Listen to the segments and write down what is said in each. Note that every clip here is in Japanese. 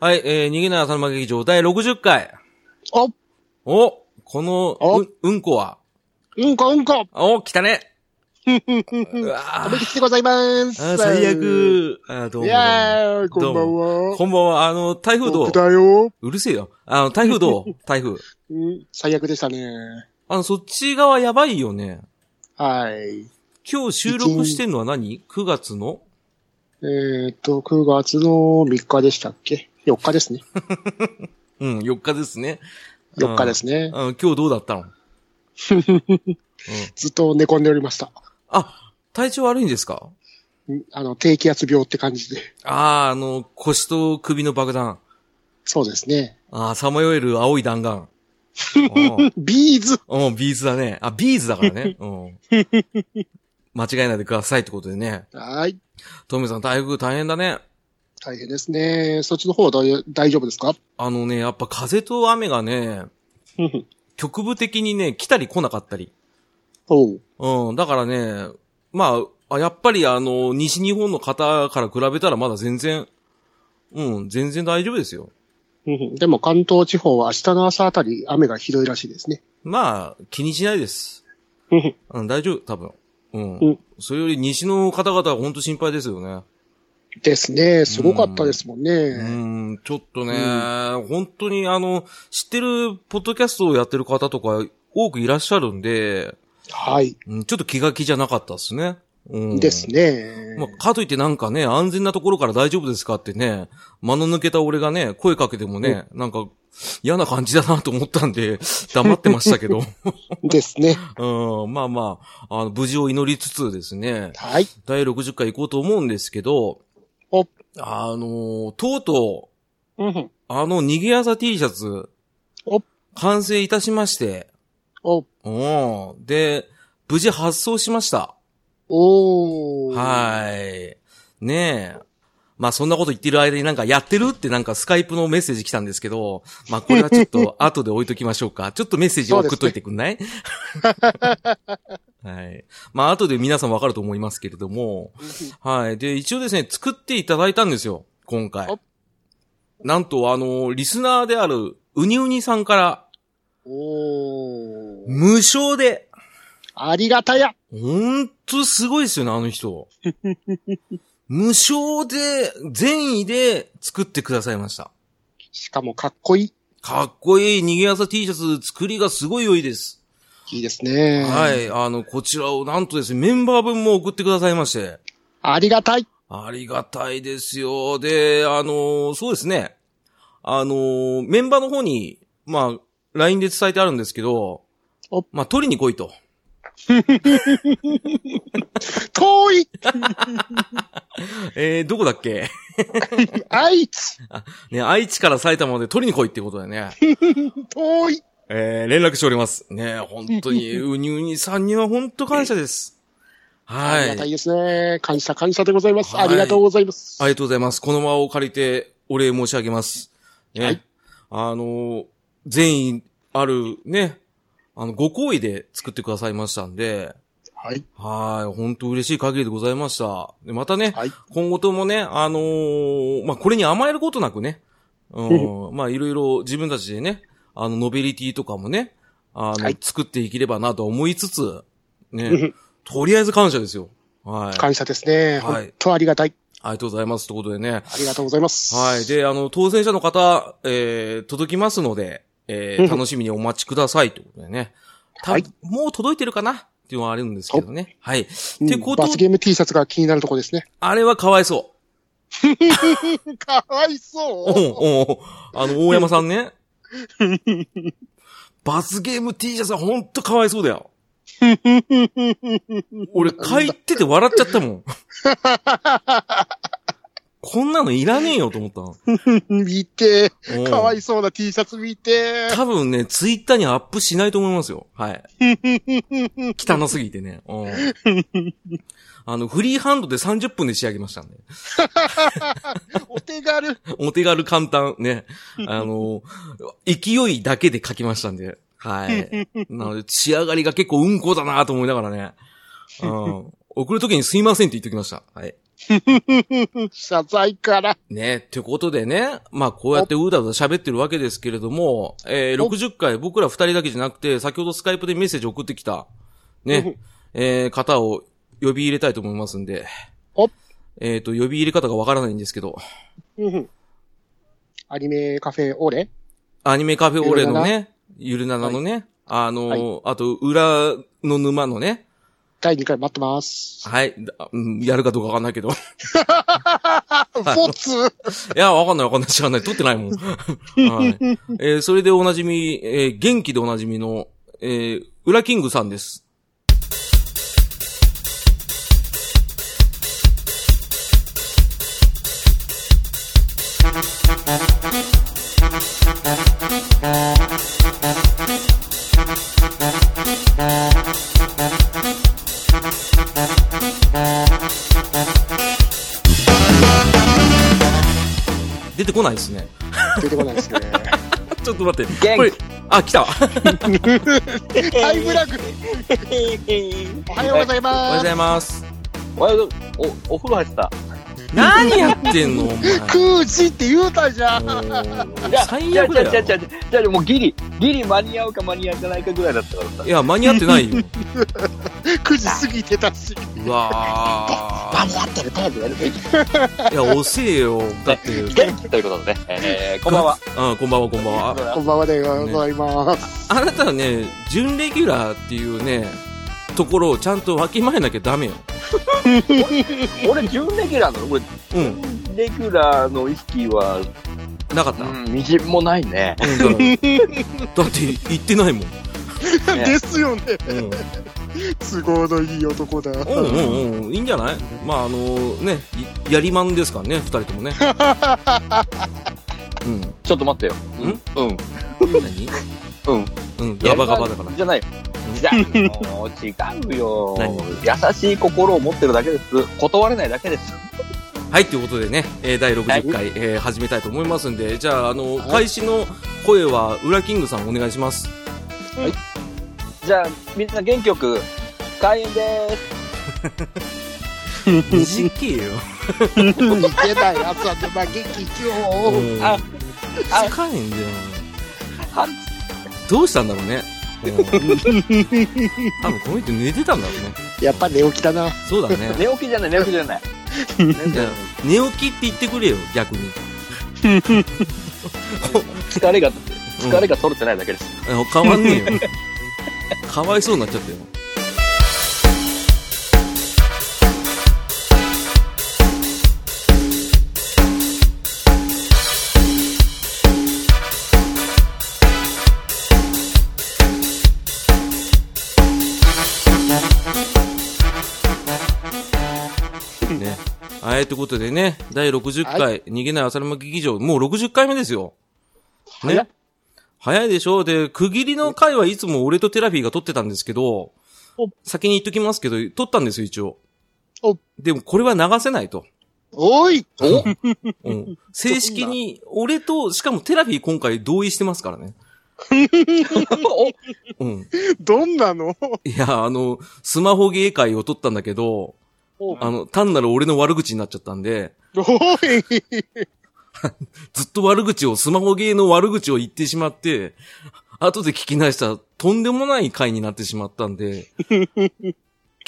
はい、えー、逃げない浅沼劇場第60回。おおこのおう、うんこは。うんこうんこお来た ねふんふんふんふうんわおーめでとうございますあー最。悪あーどういもやー、こどんばんうは。こんばんは、あの、台風どう僕だよ。うるせえよ。あの、台風 どう台風。うん、最悪でしたね。あの、そっち側やばいよね。はい。今日収録してんのは何 ?9 月のえーっと、9月の3日でしたっけ ?4 日ですね。うん、4日ですね。 4日ですね。あの今日どうだったの、うん、ずっと寝込んでおりました。あ、体調悪いんですかうんあの、低気圧病って感じで。ああ、あの、腰と首の爆弾。そうですね。ああ、さまよえる青い弾 丸。ビーズうんうん、ビーズだね。あ、ビーズだからね。うん。間違えないでくださいってことでね。はい。トミーさん、台風大変だね。大変ですね。そっちの方は大大丈夫ですかあのね、やっぱ風と雨がね、局部的にね、来たり来なかったり。おう。うん、だからね、まあ、あやっぱりあの、西日本の方から比べたらまだ全然、うん、全然大丈夫ですよ。うんでも関東地方は明日の朝あたり雨がひどいらしいですね。まあ、気にしないです。うんうん、大丈夫、多分。うん。うんそれより西の方々は本当心配ですよね。ですね。すごかったですもんね。うん、ちょっとね、本当にあの、知ってるポッドキャストをやってる方とか多くいらっしゃるんで、はい。うん、ちょっと気が気じゃなかったですね。うん、ですね。まあ、かといってなんかね、安全なところから大丈夫ですかってね、間の抜けた俺がね、声かけてもね、なんか嫌な感じだなと思ったんで、 黙ってました けど。ですね。うん、まあまあ、あの、無事を祈りつつですね、はい。第60回行こうと思うんですけど、おあのーとうとう、うん。あの、逃げ朝 T シャツお、完成いたしまして、お、うん、で、無事発送しました。おー。はい。ねえ。まあそんなこと言ってる間になんかやってるってなんかスカイプのメッセージ来たんですけど、まあこれはちょっと後で置いときましょうか。ちょっとメッセージを送っといてくんないはい。まあ後で皆さんわかると思いますけれども、はい。で、一応ですね、作っていただいたんですよ、今回お。なんとあの、リスナーであるウニウニさんからおー。無償で、ありがたや。ほんとすごいですよね、あの人。無償で、善意で作ってくださいました。しかもかっこいい。かっこいい逃げ朝 T シャツ作りがすごい良いです。いいですね。。はいい。あの、こちらをなんとですね、メンバー分も送ってくださいまして。ありがたい。ありがたいですよ。で、あの、そうですね。あの、メンバーの方に、まあ、LINE で伝えてあるんですけどお、まあ、取りに来 いと。遠い。えー、どこだっけ 愛知。ね、愛知から埼玉まで取りに来いってことだよね。遠い。えー、連絡しております。ね本当 に、うにうにさんには本当感謝です。はあい。りがたいあですね。感謝感謝でございます。はいありがとうございます。りがとうございます。この場を借りて、お礼申し上げます。ね、はいあのー善意あるね、あの、ご好意で作ってくださいましたんで、はい。はい、本当嬉しい限りでございました。でまたね、はい。今後ともね、あのーまあ、これに甘えることなくね、 うん、まあ、いろいろ自分たちでね、あの、ノベリティとかもね、あの、はい作っていければなと思いつつ、うね ん、とりあえず感謝ですよ。はい。あ感謝ですね。ははいい。とありがたい。りがとうございます。ということでね。ありがとうございます。はい。で、あの、当選者の方、えー、届きますので、えうー、ん楽しみにお待ちください。ということでね。たはいもう届いてるかなっていうのはあるんですけどね。はい。うんってこと罰ゲーム T シャツが気になるとこですね。 あれはかわいそう。かわいおそう。うおうあの、大山さん ね。罰ゲーム T シャツはほんとかわいそうだよ。俺、書いてて笑っちゃったも ん。こんなのいらねえよと思ったの。見て。うんかわいそうな T シャツ見て。多分ね、ツイッターにアップしないと思いますよ。はい。汚すぎてね。うんあの、フリーハンドで30分で仕上げましたんで。お手軽。お手軽簡単ね。あの、勢いだけで書きましたんで。はい。なので、仕上がりが結構うんこだなと思いながらね。うん。送るときにすいませんって言っておきました。はい。謝罪から。ね、ってことでね、まあこうやってうだうだ喋ってるわけですけれども、えー、お60回僕ら2人だけじゃなくて、先ほどスカイプでメッセージ送ってきた、ね、えー、方を呼び入れたいと思いますんで、おえっ、と、呼び入れ方がわからないんですけど、うんアニメカフェオーレアニメカフェオレのね、ゆるななのね、あのーあと、裏の沼のね、第2回待ってます。はい、だうんやるかどうかわかんないけど。いフォツや、わかんないわかんない。知らない。撮ってないもん。はい。えーそれでおなじみ、えー元気でおなじみの、えー、裏キングさんです。出てこないですね。 出てこないですね。ちょっと待って。元気これ、あ、来た。タイムラグ。おはようございおはようござ。ますい ます。 おはようございますお、お風呂入ってた。何やってんのお前。空時って言うたじゃん。もういや 最悪だじゃあじゃあじゃあじゃよ。あじゃあもうギリ、ギリ間に合うか間に合わないかぐらいだったから さい。や、間に合ってないよ。 9時過ぎてたし。うわに合ってるタイプやるべき。ー。いや、遅えよ。だって。元気ということでね。えー、こんばんは。うん、こんばんは、こんばんは。こんばんはでございます。あなたはね、準レギュラーっていうね、ところをちゃんとわきまえなきゃダメよ。俺、準レギュラーなの俺、うん、レギュラーの意識は、なかった。うん、うん、みじんもないね。だからだって、言ってないもん。ねですよね。うん、都合のいい男だ。うん、うん、うん、いいんじゃないまあ、あのね、いやりまんですからね、二人ともね。うん、ちょっと待ってよ。んうん。何うん。うん、ガバガバだから。じゃないよ。じゃあもう違うよ何。優しい心を持ってるだけです。断れないだけです。はい、ということでね、えー第60回、えー始めたいと思いますんで、じゃあ、あの、開始の声は、ウラキングさんお願いします。じゃあ、みんな元気よく、開演で短いよ。いけない朝で、まあ、元気今日。うんああ近いんだよーす。はどうしたんだろうね。うん 多分この人寝てたんだろうね。やっぱ寝起きだな。そうだね。 寝起きじゃない、寝起きじゃ ない。いや寝起きって言ってくれよ、逆に。疲れが、疲れが取れてないだけです。あの変わんねえよ。かわいそうになっちゃったよ。ねはい、ということでね、第60回、は逃げない浅沼劇場、もう60回目ですよ。ね。早っ早いでしょで、区切りの回はいつも俺とテラフィーが撮ってたんですけどお、先に言っときますけど、撮ったんですよ、一応お。でも、これは流せないと。おいおうん、正式に、俺と、しかもテラフィー今回同意してますから ね。おうん。どんなのいや、あの、スマホ芸会を撮ったんだけど、おあの、単なる俺の悪口になっちゃったんで、おいずっと悪口を、スマホ芸の悪口を言ってしまって、後で聞き直したら、とんでもない回になってしまった んで、消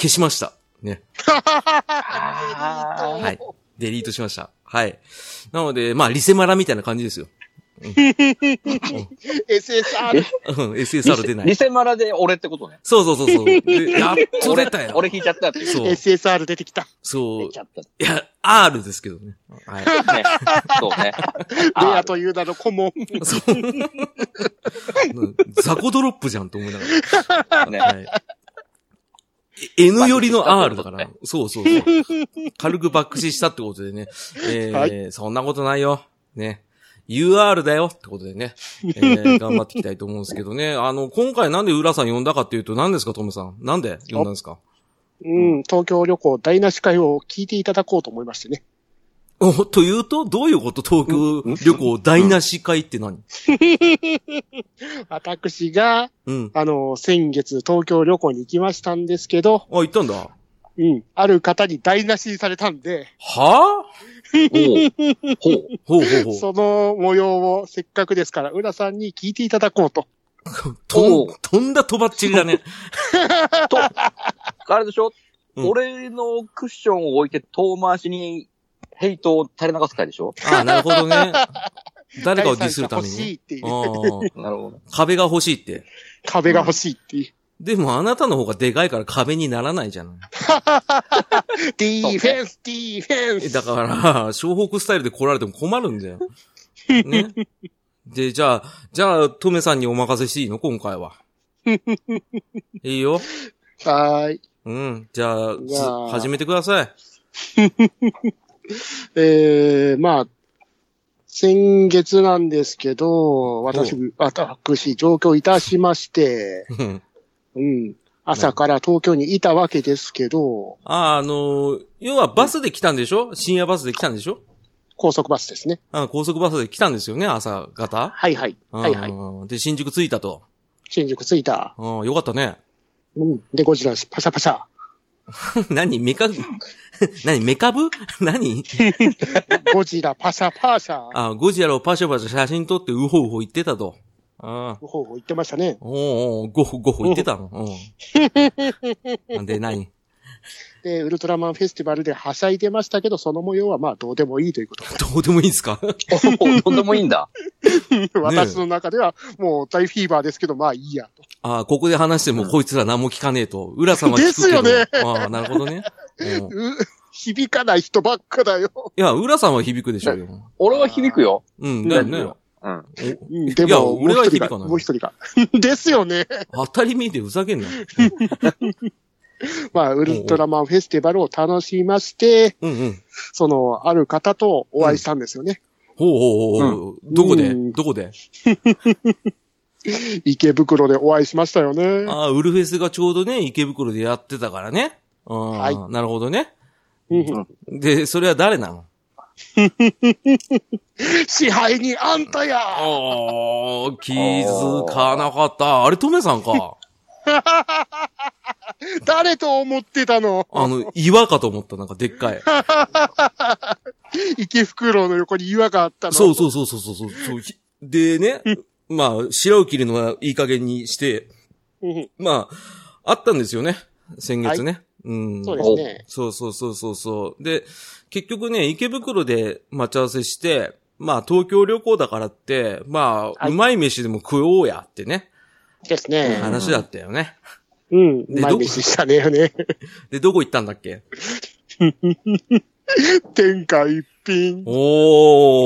しました。ね。あはい。デリートしました。はい。なので、まあ、リセマラみたいな感じですよ。う !SSR! ん、ー SSR 出なリい。セマラで俺ってことね。そうそうそうそう。 でやっと出たよ。俺引いちゃったって。そう。 SSR 出てきた。そ引うい。ちゃった。いや、R ですけどね。はい。ね。そう ね。レアという名の顧問。そう。ザコドロップじゃんと思いなが あねら。はい。N 寄りの R だから。そうそうそう。軽く爆死したってことでね。えーはそんなことないよ。ね。UR だよってことでね。え ー頑張っていきたいと思うんですけどね。あの、今回なんで浦さん呼んだかっていうと何ですか、トムさん。なんで呼んだんですかうん、東京旅行台無し会を聞いていただこうと思いましてね。 お、というと、どういうこと東京旅行台無し会って何私が、うん。あの、先月東京旅行に行きましたんですけど、あ、行ったんだ。うん。ある方に台無しにされたんで、はぁほう。ほうほうほうほう。その模様をせっかくですから、浦さんに聞いていただこうと。と、おうんとんだとばっちりだね。と、あれでしょ、うん俺のクッションを置いて遠回しにヘイトを垂れ流す回でしょああ、なるほどね。 誰かをディスるため第三者に欲しいね。っていう。ああ、なるほ ど。壁が欲しいって。壁が欲しいっていう。でもあなたの方がでかいから壁にならないじ ゃない。ディフェンス、ディフェンえス。だから、湘北スタイルで来られても困るんだよ。ね。で、じゃあ、じゃあ、トメさんにお任せしていいの今回 は。いいよ。はーい。うん。じゃあ、じゃあす始めてください。 えー、まあ、先月なんですけど、私、私、上京いたしまして、うんうん。朝から東京にいたわけですけど、あ、あのー要はバスで来たんでしょ深夜バスで来たんでしょ高速バスですね。あ高速バスで来たんですよね朝方。はいはい。はいはい。い。で、新宿着いたと。新宿着いた。うん、よかったね。 うん。で、ゴジラパシャパ シャ。何メカ、 何メカブ 何ゴジラパシャパシャ。あ、ゴジラをパシャパシャ写真撮ってウホウホ言ってたと。ああ。ほうほう言ってましたね。おうおう、ゴホゴホ言ってたの。うん。で、何 で、ウルトラマンフェスティバルではしゃいでましたけど、その模様はまあどうでもいいということ。どうでもいいんすか おとんでもいいんだ。私の中ではもう大フィーバーですけど、まあいいやと。ああ、ここで話してもこいつら何も聞かねえと。浦様聞くけど。ですよねああ、なるほどね。うんいう 響かない人ばっかだよ。や、浦さんは響くでしょうよ。俺は響くよ。うん、だようねん。うん。おうんでいやも、もう俺は一人が、響かないもう一人が。 ですよね。当たり前でふざけんな。まあ、ウルトラマンフェスティバルを楽しまして、うんうん。その、ある方とお会いしたんですよね。ほうほうほうほう。どこでうんどこで池袋でお会いしましたよね。ああ、ウルフェスがちょうどね、池袋でやってたからね。ああ、はいなるほどね。うんで、それは誰なの支配にあんたあやあ、気づかなかった。あれ、トメさん か。誰と思ってたのあの、岩かと思った、なんかでっかい。池袋の横に岩があったの。そうそうそうそうそうそうそう。ひでね、まあ、白を切るのはいい加減にして、うん。まあ、あったんですよね。先月ね。うん。そうですね。そうそうそうそうそう。で、結局ね、池袋で待ち合わせして、まあ、東京旅行だからって、まあ、はいうまい飯でも食おうやってね、ですね。話だったよね。うん。で毎ど日したねよね。で、どこ行ったんだっけ天下一品。おー、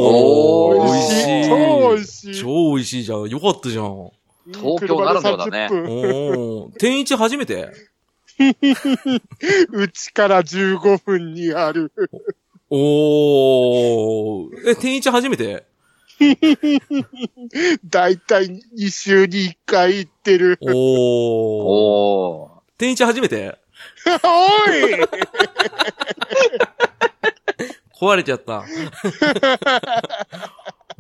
おー美味しい。超美味しい超美味しいじゃん。よかったじゃん。東京ならではだね車で30分おー、天一初めてうちから15分にある。おー。え、天一初めてだいたい2週に1回行っ てる。おー。おー。天一初めておい 壊れちゃった。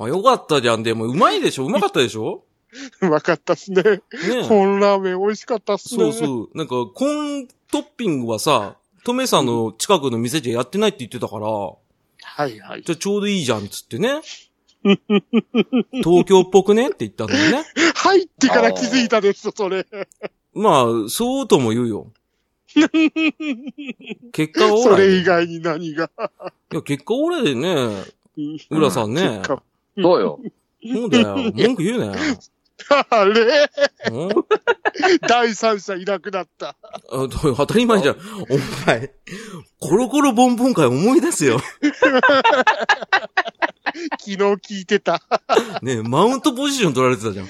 あよかったじゃん。でも、うまいでしょうまかったでしょうまかったっすね。ねえ。本ラーメン美味しかったっすね。そうそう。なんか、コーントッピングはさ、トメさんの近くの店じゃやってないって言ってたから、はいはい。じゃあちょうどいいじゃんっつってね。東京っぽくねって言ったんだよね。入ってから気づいたです、それ。まあ、そうとも言うよ。結果オーそライ。れ以い外に何が。や、結果オーライでね、浦さんね。 結果そうよ。そうだよ。文句言うなよ。あれうん第三者いなくなった。あど 当たり前じゃん。お前、コロコロボンボン会思い出す よ。昨日聞いてた。ねえマウントポジション取られてた じゃん。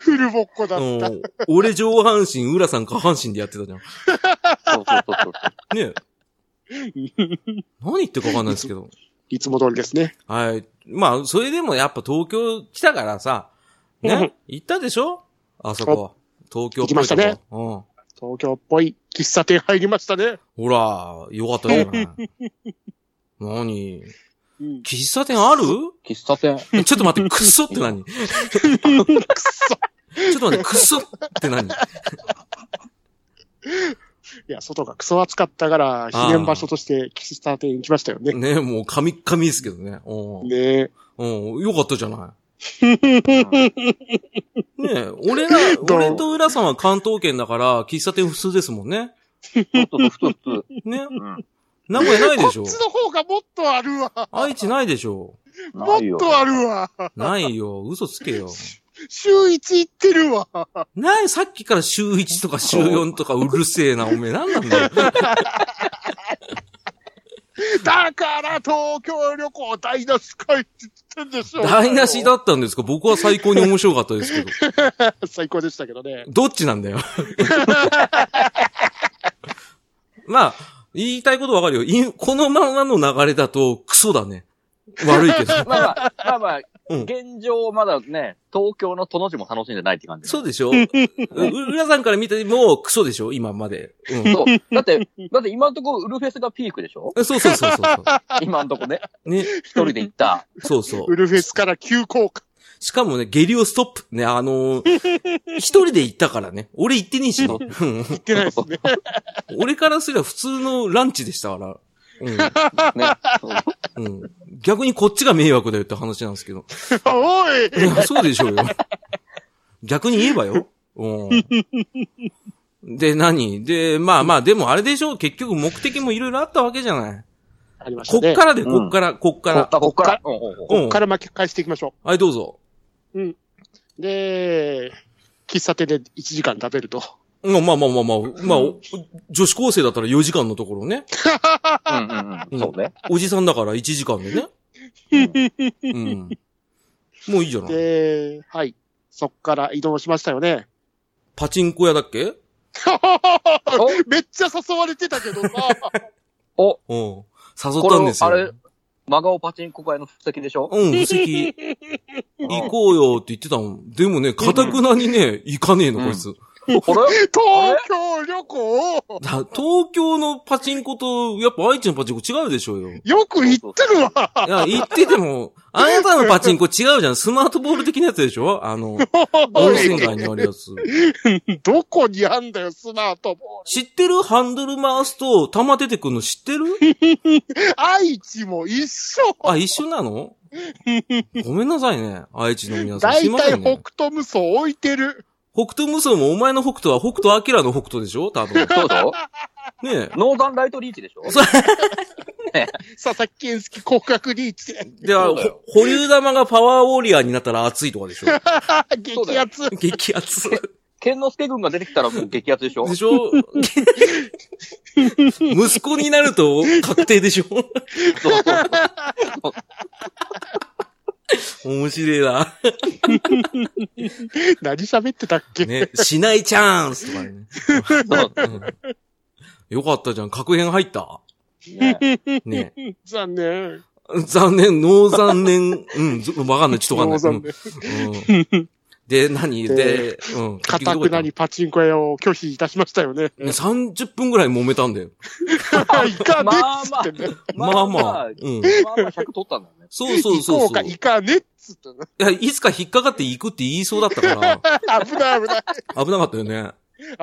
フルボッコだうった。ん俺上半身、浦さん下半身でやってたじゃん。そうそうそうそう。ねえ何言ってるかわかんないですけど。いつも通りですね。はい。まあ、それでもやっぱ東京来たからさ、ね、行ったでしょあそこ。東京っぽいとこ行きましたね。うん。東京っぽい喫茶店入りましたね。ほら、よかったじゃ ない。何うん。く喫茶店ある喫茶店。え ちょっと待って、クソって 何ちょそ。っと待って、クソって何いや、外がクソ暑かったから、ー避難場所としてキスターテに行きましたよね。ねえ、もう、神々ですけどね。うん。ねうん、よかったじゃない。うんねえ、俺ら、どう俺と浦さんは関東圏だから、喫茶店普通ですもんね。太っと太っと。ね。うん。名古屋ないでしこょっ。ちの方がもっとあるわ。愛知ないでしょ。もっないよとあるわ。ないよ。嘘つけよ。週一行ってるわ。なにさっきから週1とか週4とかうるせえな、おめえ。なんなんだよ。だから東京旅行台無しかいって言ってんでしょ。台無しだったんですか僕は最高に面白かったですけど。最高でしたけどね。どっちなんだよ。 まあ、言いたいことわかるよい。このままの流れだと、クソだね。悪いけまど。あまあ、まあまあ、うん現状まだね、東京の都の字も楽しんでないって感じ。 そうでしょう浦さんから見ても、クソでしょ今まで。うんそう。 だって、だって今のところウルフェスがピークでしょえ。そうそうそうそうそ今のとこね。う。ね。一人で行った。そうそうウ。ルフェスから急降下。しかもね、下痢をストップ。ね、あのー一人で行ったからね。俺行ってねえしな。うん行ってないですね。俺からすれば普通のランチでしたから。ね。うん。うん。逆にこっちが迷惑だよって話なんですけど。おいいや、そうでしょうよ。逆に言えばよ。うん。で、何で、まあまあ、でもあれでしょ結局目的もいろいろあったわけじゃない。ありましたこね。っからで、うんこっから、こっから。こっから。うんうんこっから巻き返していきましょはい、どうぞ。う。で、喫茶店で1時間食べると。うんまあまあまあまあ、まあ、お女子高生だったら4時間のところね。うんうんうん。そうね。おじさんだから1時間でね。うん。もういいじゃない。で、はい。そっから移動しましたよね。パチンコ屋だっけめっちゃ誘われてたけ どな。お、うん。誘こったんれですよ。あれ、真顔パチンコ会の布石でしょうん、不思議。行こうよって言ってたもん。でもね、かたくなにね、行かねえの、うんこいつ。これ東京旅行だ東京のパチンコと、やっぱ愛知のパチンコ違うでしょうよ。いよく行ってるわ。や、行って ても、あなたのパチンコ違うじゃん。スマートボール的なやつでしょあの、温泉街にあるやつ。どこにあんだよ、スマートボー知ってるハンドル回すと、玉出てくるの知ってるル。愛知も一緒。あ、一緒なのごめんなさいね。愛知の皆さん。だすいいまたせいんね。北斗無双置いてる。北斗無双もお前の北斗は北斗明の北斗でしょ多分。ねそうだろえ。ノーザンライトリーチでしょそう佐々木健介広角リ ーチで。で、あそほうだよ保留玉がパワーウォーリアーになったら熱いとかでしょ激アツ。激熱。剣之助軍が出てきたらもう激アツでしょでしょ 息子になると確定でしょそうそう面白いな。何喋ってたっけ、ね、しないチャンスとかね。そううんよかったじゃん。確変入ったねね。残念。残念、脳残念。うん、ずわかんない。ちょっとわかんない。残うん念。うんで、何で、うん。かたくなにパチンコ屋を拒否いたしました よね。ね30分ぐらい揉めたんだよ。いまあかねまあっつってね。まあまあ。まあうん。まあまあ100取ったんだよね。そうそう行そこううそか、う。行かねっつってね。いや、いつか引っかかって行くって言いそうだったから、危ない危ない。危なかったよね。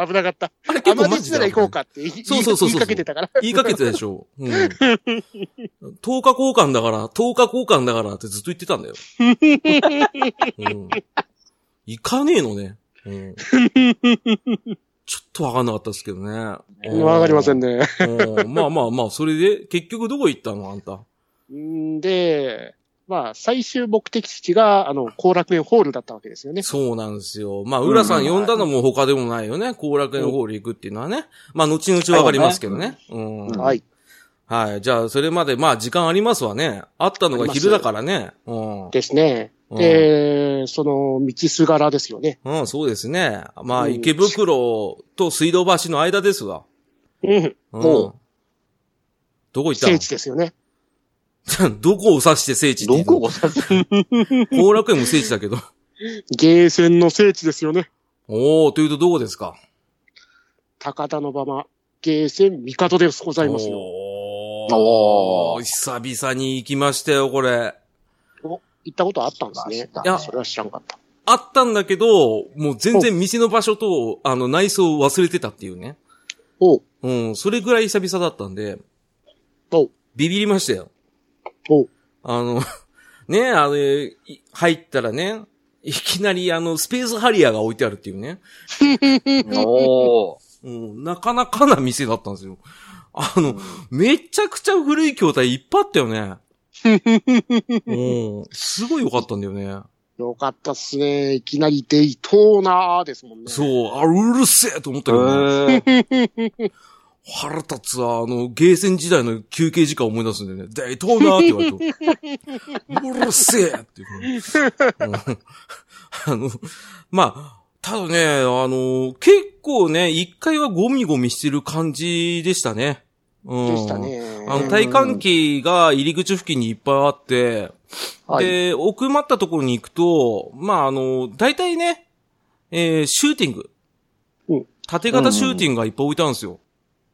危なかった。あれあ結構まりマにジなで。ら行こうかって言いそうそうそうそう言いかけてたから。言いかけてたでしょ。うん。10日交換だから、10日交換だからってずっと言ってたんだよ。うん。行かねえのね。うん。ちょっとわかんなかったですけどね。わかりませんね。ね。うんまあまあまあ、それで、結局どこ行ったのあんた。んで、まあ、最終目的地が、あの、後楽園ホールだったわけですよね。そうなんですよ。まあ、浦さん呼んだのも他でもないよね。後楽園ホール行くっていうのはね。まあ、後々わかりますけどね。うん。うんはい。はい。じゃあ、それまで、まあ、時間ありますわね。あったのが昼だからね。うん。ですうね。んで、その、道すがらですよね。うん、そうですね。まあ、うん池袋と水道橋の間ですわ。うん。うん。おどこ行った聖地ですよね。の どこを指して聖地って言どうのこをさす後楽園も聖地だけど。 ゲーセンの聖地ですよね。おー、というとどこですか高田の馬場、ゲーセン、帝でございますよ。おー。久々に行きましたよ、これ。行ったことあったんですね。いやそれは知らんかった。あったんだけど、もう全然店の場所と、あの、内装を忘れてたっていうね。おう、うん、それぐらい久々だったんで、おう、ビビりましたよ。おう、あの、 ね、あの、い入ったらね、いきなりあの、スペースハリアーが置いてあるっていうね。おー。うん、なかなかな店だったんですよ。あの、めちゃくちゃ古い筐体いっぱいあったよね。うん、すごい良かったんだよね。よかったっすね。いきなりデイトーナーですもんね。。そうう、あ、うるせえと思ったけどね、えー腹立つわ、あの、ゲーセン時代の休憩時間を思い出すんだよね。デイトーナーって言われて。うるせえっていう感じ。うんあの、まあ、ただね、あの、結構ね、一回はゴミゴミしてる感じでしたね。うん、でした。ね。あの、体感機が入り口付近にいっぱいあって、はい。で、奥まったところに行くと、まあ、あの、大体ね、えーシューティングうん。縦型シューティングがいっぱい置いたんですよ。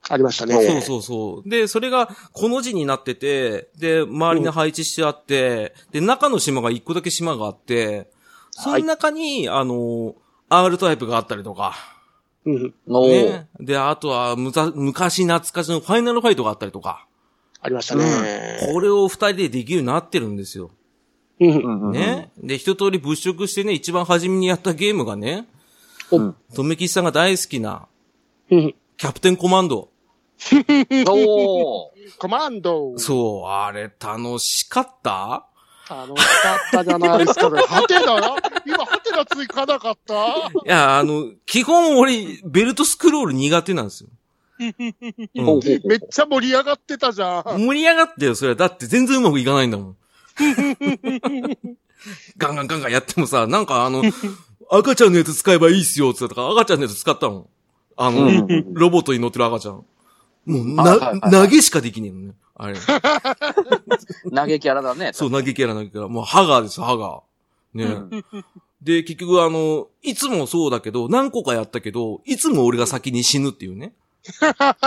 ありましたね。そうそうそう。で、それが、この字になってて、で、周りに配置してあって、で、中の島が一個だけ島があって、その中に、あの、R タイプがあったりとか、うん。おーね。で、あとは、むざ昔懐かしのファイナルファイトがあったりとか、ありましたね。これを二人でできるようになってるんですよ。うん。うんうんね。で、一通り物色してね、一番初めにやったゲームがね、うんとめきちさんが大好きな、うん。キャプテンコマンド。おー。コマンドそう、あれ楽しかった楽しかったじゃな いですか。ハテナ今、ハテナ追加なかったいや、あの、基本俺、ベルトスクロール苦手なんですよ。うんほうほうほうめっちゃ盛り上がってたじゃん。盛り上がったよ、それは。だって全然うまくいかないんだもん。ガンガンガンガンやってもさ、なんかあの、赤ちゃんのやつ使えばいいっすよ、つってたから、赤ちゃんのやつ使ったもん。あの、うんロボットに乗ってる赤ちゃん。もう、あはいな、はいは投いげしかできねえのね。あれ。投げキャラだね。そう、投げキャラ投げキャラ。もう、ハガーです、ハガー。ね、うんで、結局あの、いつもそうだけど、何個かやったけど、いつも俺が先に死ぬっていうね。あ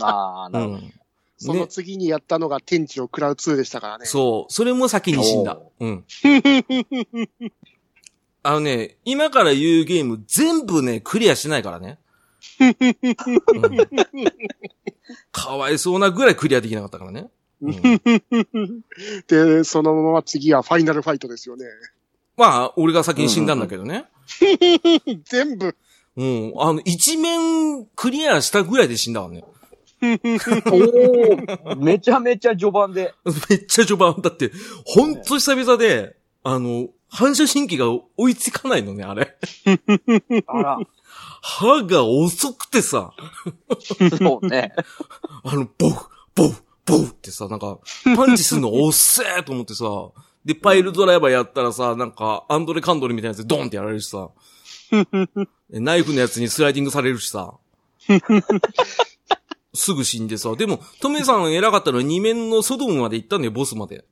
あ、うなるほど。ん。その次にやったのが天地を食らう2でしたからね。そう。それも先に死んだ。うん。 あのね、今から言うゲーム全部ね、クリアしないからね。うんかわいそうなぐらいクリアできなかったからね。うんで、そのまま次はファイナルファイトですよね。まあ、俺が先に死んだんだけどね。全部。うん。あの、一面クリアしたぐらいで死んだわね。 おーめちゃめちゃ序盤で。めっちゃ序盤。だって、ほんと久々で、あの、反射神経が追いつかないのね、あれ。あら、歯が遅くてさ、そうね。あの、ボフ、ボフ、ボフってさ、なんか、パンチする の遅えと思ってさ、で、パイルドライバーやったらさ、なんか、アンドレカンドレみたいなやつでドンってやられるしさ、 でナイフのやつにスライディングされるし さ、すぐ死んでさ、でも、トメさん偉かったのは2面のソドムまで行ったんだよ、ボスまで。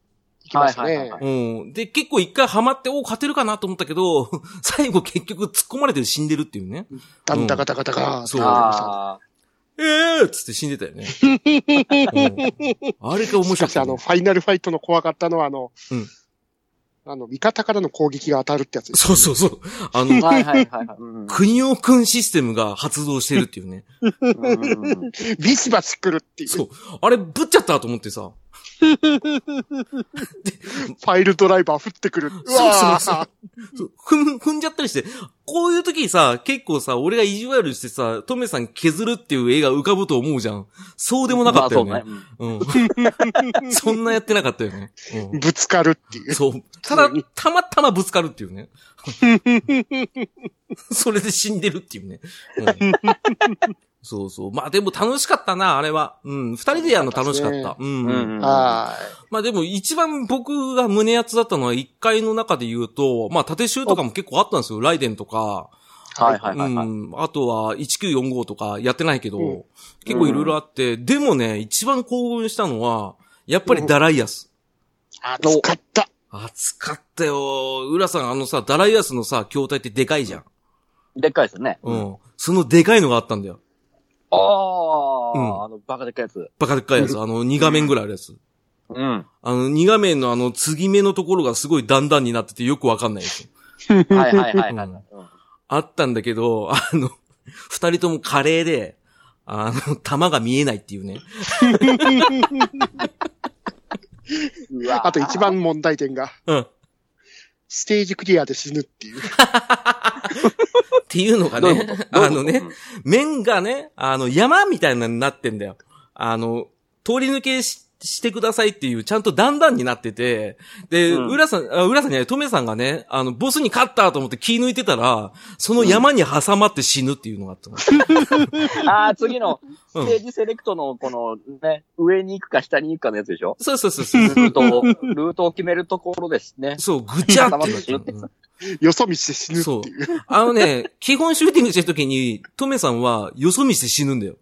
いきましたはいはいねはい。うん。で、結構一回ハマって、お、勝てるかなと思ったけど、 最後結局突っ込まれて死んでるっていうね。ダンダカダカダカ。そうあええーっつって死んでた よね。うんあれが面も白しかく、しててあの、ファイナルファイトの怖かったのは、あのうん、あの、味方からの攻撃が当たるってやつです。そうそうそう。ああ。の、はいはいはいはい。うんうん国尾くんシステムが発動してるっていうね。うんうんビシバシ来るっていう。そフう。あれ、ぶっちゃったと思ってさ。ァイルドライバー降ってくる。うそうそわうそぁう。そう踏ん、踏んじゃったりして。こういう時にさ、結構さ、俺が意地悪してさ、トメさん削るっていう絵が浮かぶと思うじゃん。そうでもなかったよね。まあそうねうん。そんなやってなかったよね。うぶつかるっていん、う。そう。ただ、たまたまぶつかるっていうね。それで死んでるっていうね。うん、そうそう。まあでも楽しかったな、あれは。うん。二人でやるの楽しかった。ううんん。うんうんはまあでも一番僕が胸熱だったのは一回の中で言うと、まあ縦集とかも結構あったんですよ。ライデンとか、はいはいはいはうい。ん、あとは1945とかやってないけど、うん結構いろいろあって、でもね、一番興奮したのは、やっぱりダライアス。い。熱かった。熱かったよ。浦さん、あのさ、ダライアスのさ、筐体ってでかいじゃん。でっかいですね。うん。そのでかいのがあったんだよ。あうんあ、あの、バカでっかいやつ。バカでっかいやつ。あの、2画面ぐらいあるやつ。うん。あの、2画面のあの、継ぎ目のところがすごい段々になっててよくわかんないやつ。はいはいはいはい。あったんだけど、あの、二人ともカレーで、あの、玉が見えないっていうね。うわあと一。番問題点が、うん。っステージクリアで死ぬっていう。ていうのがどういうねこと、あどのういうねこ、面がね、あの、山みたいなのになってんだよ。あの、通り抜けししてくださいっていう、ちゃんと段々になってて、で、うん浦さん、あ浦さんじゃない、トメさんがね、あの、ボスに勝ったと思って気抜いてたら、その山に挟まって死ぬっていうのがあったの。とうんああ、次の、うんステージセレクトの、このね、上に行くか下に行くかのやつでしょそうそうそうル そう。ートを、ルートを決めるところですね。そう、ぐちゃってなっ挟まってた死のぬ。よそ見して死ぬっていう。あのね、基本シューティングしてるときに、トメさんは、よそ見して死ぬんだよ。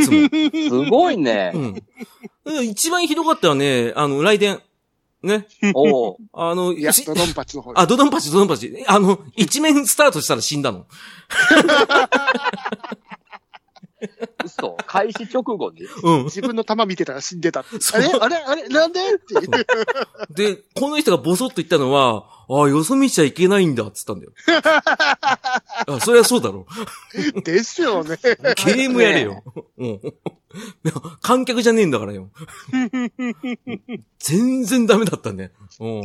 つも。すごいねう。ん。だから一番ひどかったのはね、あの、来電。ね。おうあの、いや、しドドンパチの方あ、ドドンパチ、ドドンパチ。あの、一面スタートしたら死んだの。嘘。開始直後に。うん。自分の弾見てたら死んでた。 そあうれあれあれなんでっていう。で、この人がボソッと言ったのは、ああ、よそ見ちゃいけないんだ、っつったんだよ。あ、そりゃそうだろ。ですよね。ゲームやれよ。うん。観客じゃねえんだからよ。全然ダメだったね。うん。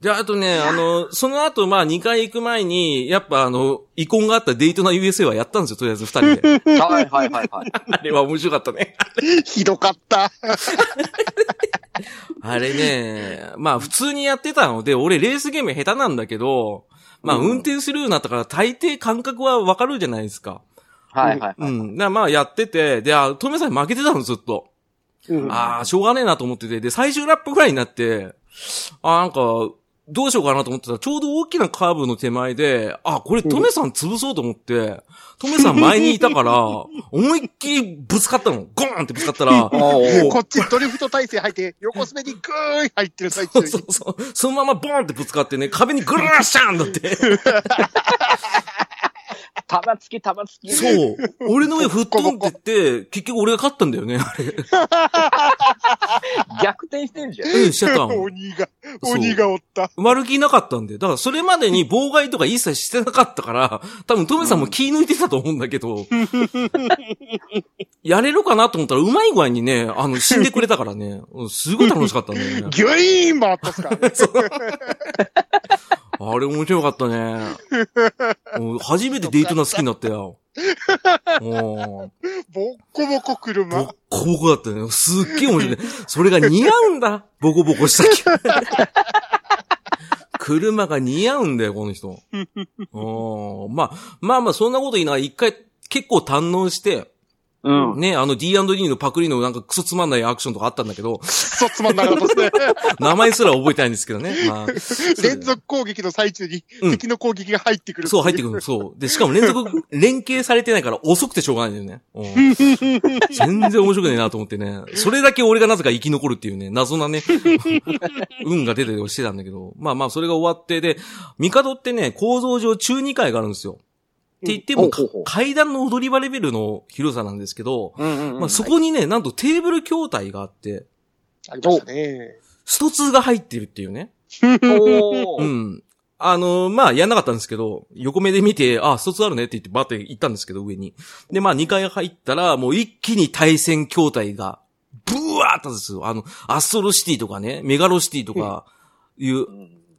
で、あとね、あの、その後、まあ、2回行く前に、やっぱあの、遺恨があったデートな USA はやったんですよ、とりあえず2人で。はいはいはいはい。あれは面白かったね。ひどかった。あれね、まあ普通にやってたので、俺レースゲーム下手なんだけど、まあうん運転するようになったから大抵感覚はわかるじゃないですか。はいはい。うん。なまあやってて、で、あ、トメさんに負けてたのずっと。うんああ、しょうがねえなと思ってて、で、最終ラップぐらいになって、あーなんか、どうしようかなと思ってたら、ちょうど大きなカーブの手前で、あ、これトメさん潰そうと思って、トメさん前にいたから、思いっきりぶつかったの。ゴーンってぶつかったら、おうこっちドリフト体勢入って、横滑りグーン入ってる最中そうにそ。うそう。 そのままボーンってぶつかってね、壁にグルーシャーンだって。玉突き玉突き。 そう。俺の上吹っ飛んでって、結局俺が勝ったんだよね、 あれ。逆転してるじゃん。うん、しちゃったの。鬼が、そう鬼がおった。悪気なかったんで。だからそれまでに妨害とか一切してなかったから、多分トメさんも気抜いてたと思うんだけ ど。やれるかなと思ったら、うまい具合にね、あの、死んでくれたからね。うんすごい楽しかったんだ よね。ギュイーン回ったっすからね。あれ面白かったね。うん初めてデートナ好きになった よ。うんボッコボコボ車ッ。コボコだったね。すっげえ面白い。それが似合うんだ。ボコボコしたけ車が似合うんだよ、この人。うんまあ、まあまあ、そんなこと言いながら、一回結構堪能して、うん。ね、あの D&D のパクリのなんかクソつまんないアクションとかあったんだけど、そつまんなかった ですね。名前すら覚えてないんですけどね。まあ連続攻撃の最中にうん敵の攻撃が入ってくる。そう、入ってくるの、そう。で、しかも連 続、連携されてないから遅くてしょうがないんだよね。うん、全然面白くねえなと思ってね。それだけ俺がなぜか生き残るっていうね、謎なね、 運が出てしてたんだけど。まあまあ、それが終わって、で、帝ってね、構造上中2階があるんですよ。って言ってうも、んほうほうほう階段の踊り場レベルの広さなんですけど、うんうんうん。まあそこにね、なんとテーブル筐体があって、ありましたね。スト2が入ってるっていうね。おーうん。あのまあ、やんなかったんですけど、横目で見て、あ、一つあるねって言ってバーって行ったんですけど、上に。で、まあ、2階入ったら、もう一気に対戦筐体が、ブワーッとですよ。あの、アストロシティとかね、メガロシティとか、いう、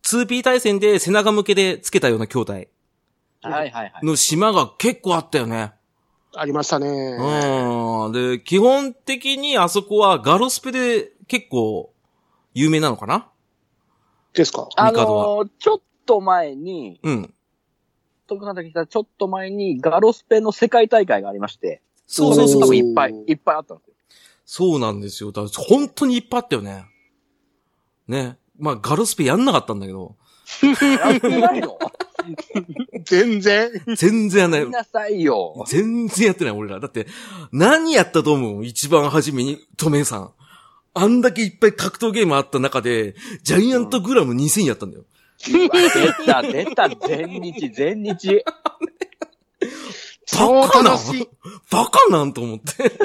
2P 対戦で背中向けでつけたような筐体はいはいはい。の島が結構あったよね。ありましたね。うん。で、基本的にあそこはガロスペで結構有名なのかなですかあミカドはのー、ちょっと前に、うん。徳永さんが来たちょっと前に、ガロスペの世界大会がありまして、そうそうそう多そう分。いっぱい、いっぱいあったんですよ。 そうなんですよ。だから本当にいっぱいあったよね。ね。まあ、ガルスペやんなかったんだけど、やってないの全然。全然やんない見。なさいよ。全然やってない、俺ら。だって、何やったと思う一番初めに、トメさん。あんだけいっぱい格闘ゲームあった中で、ジャイアントグラム2000やったんだよ。うわ出た、出た、全日、全日。超バカな楽しい。バカなんと思って。って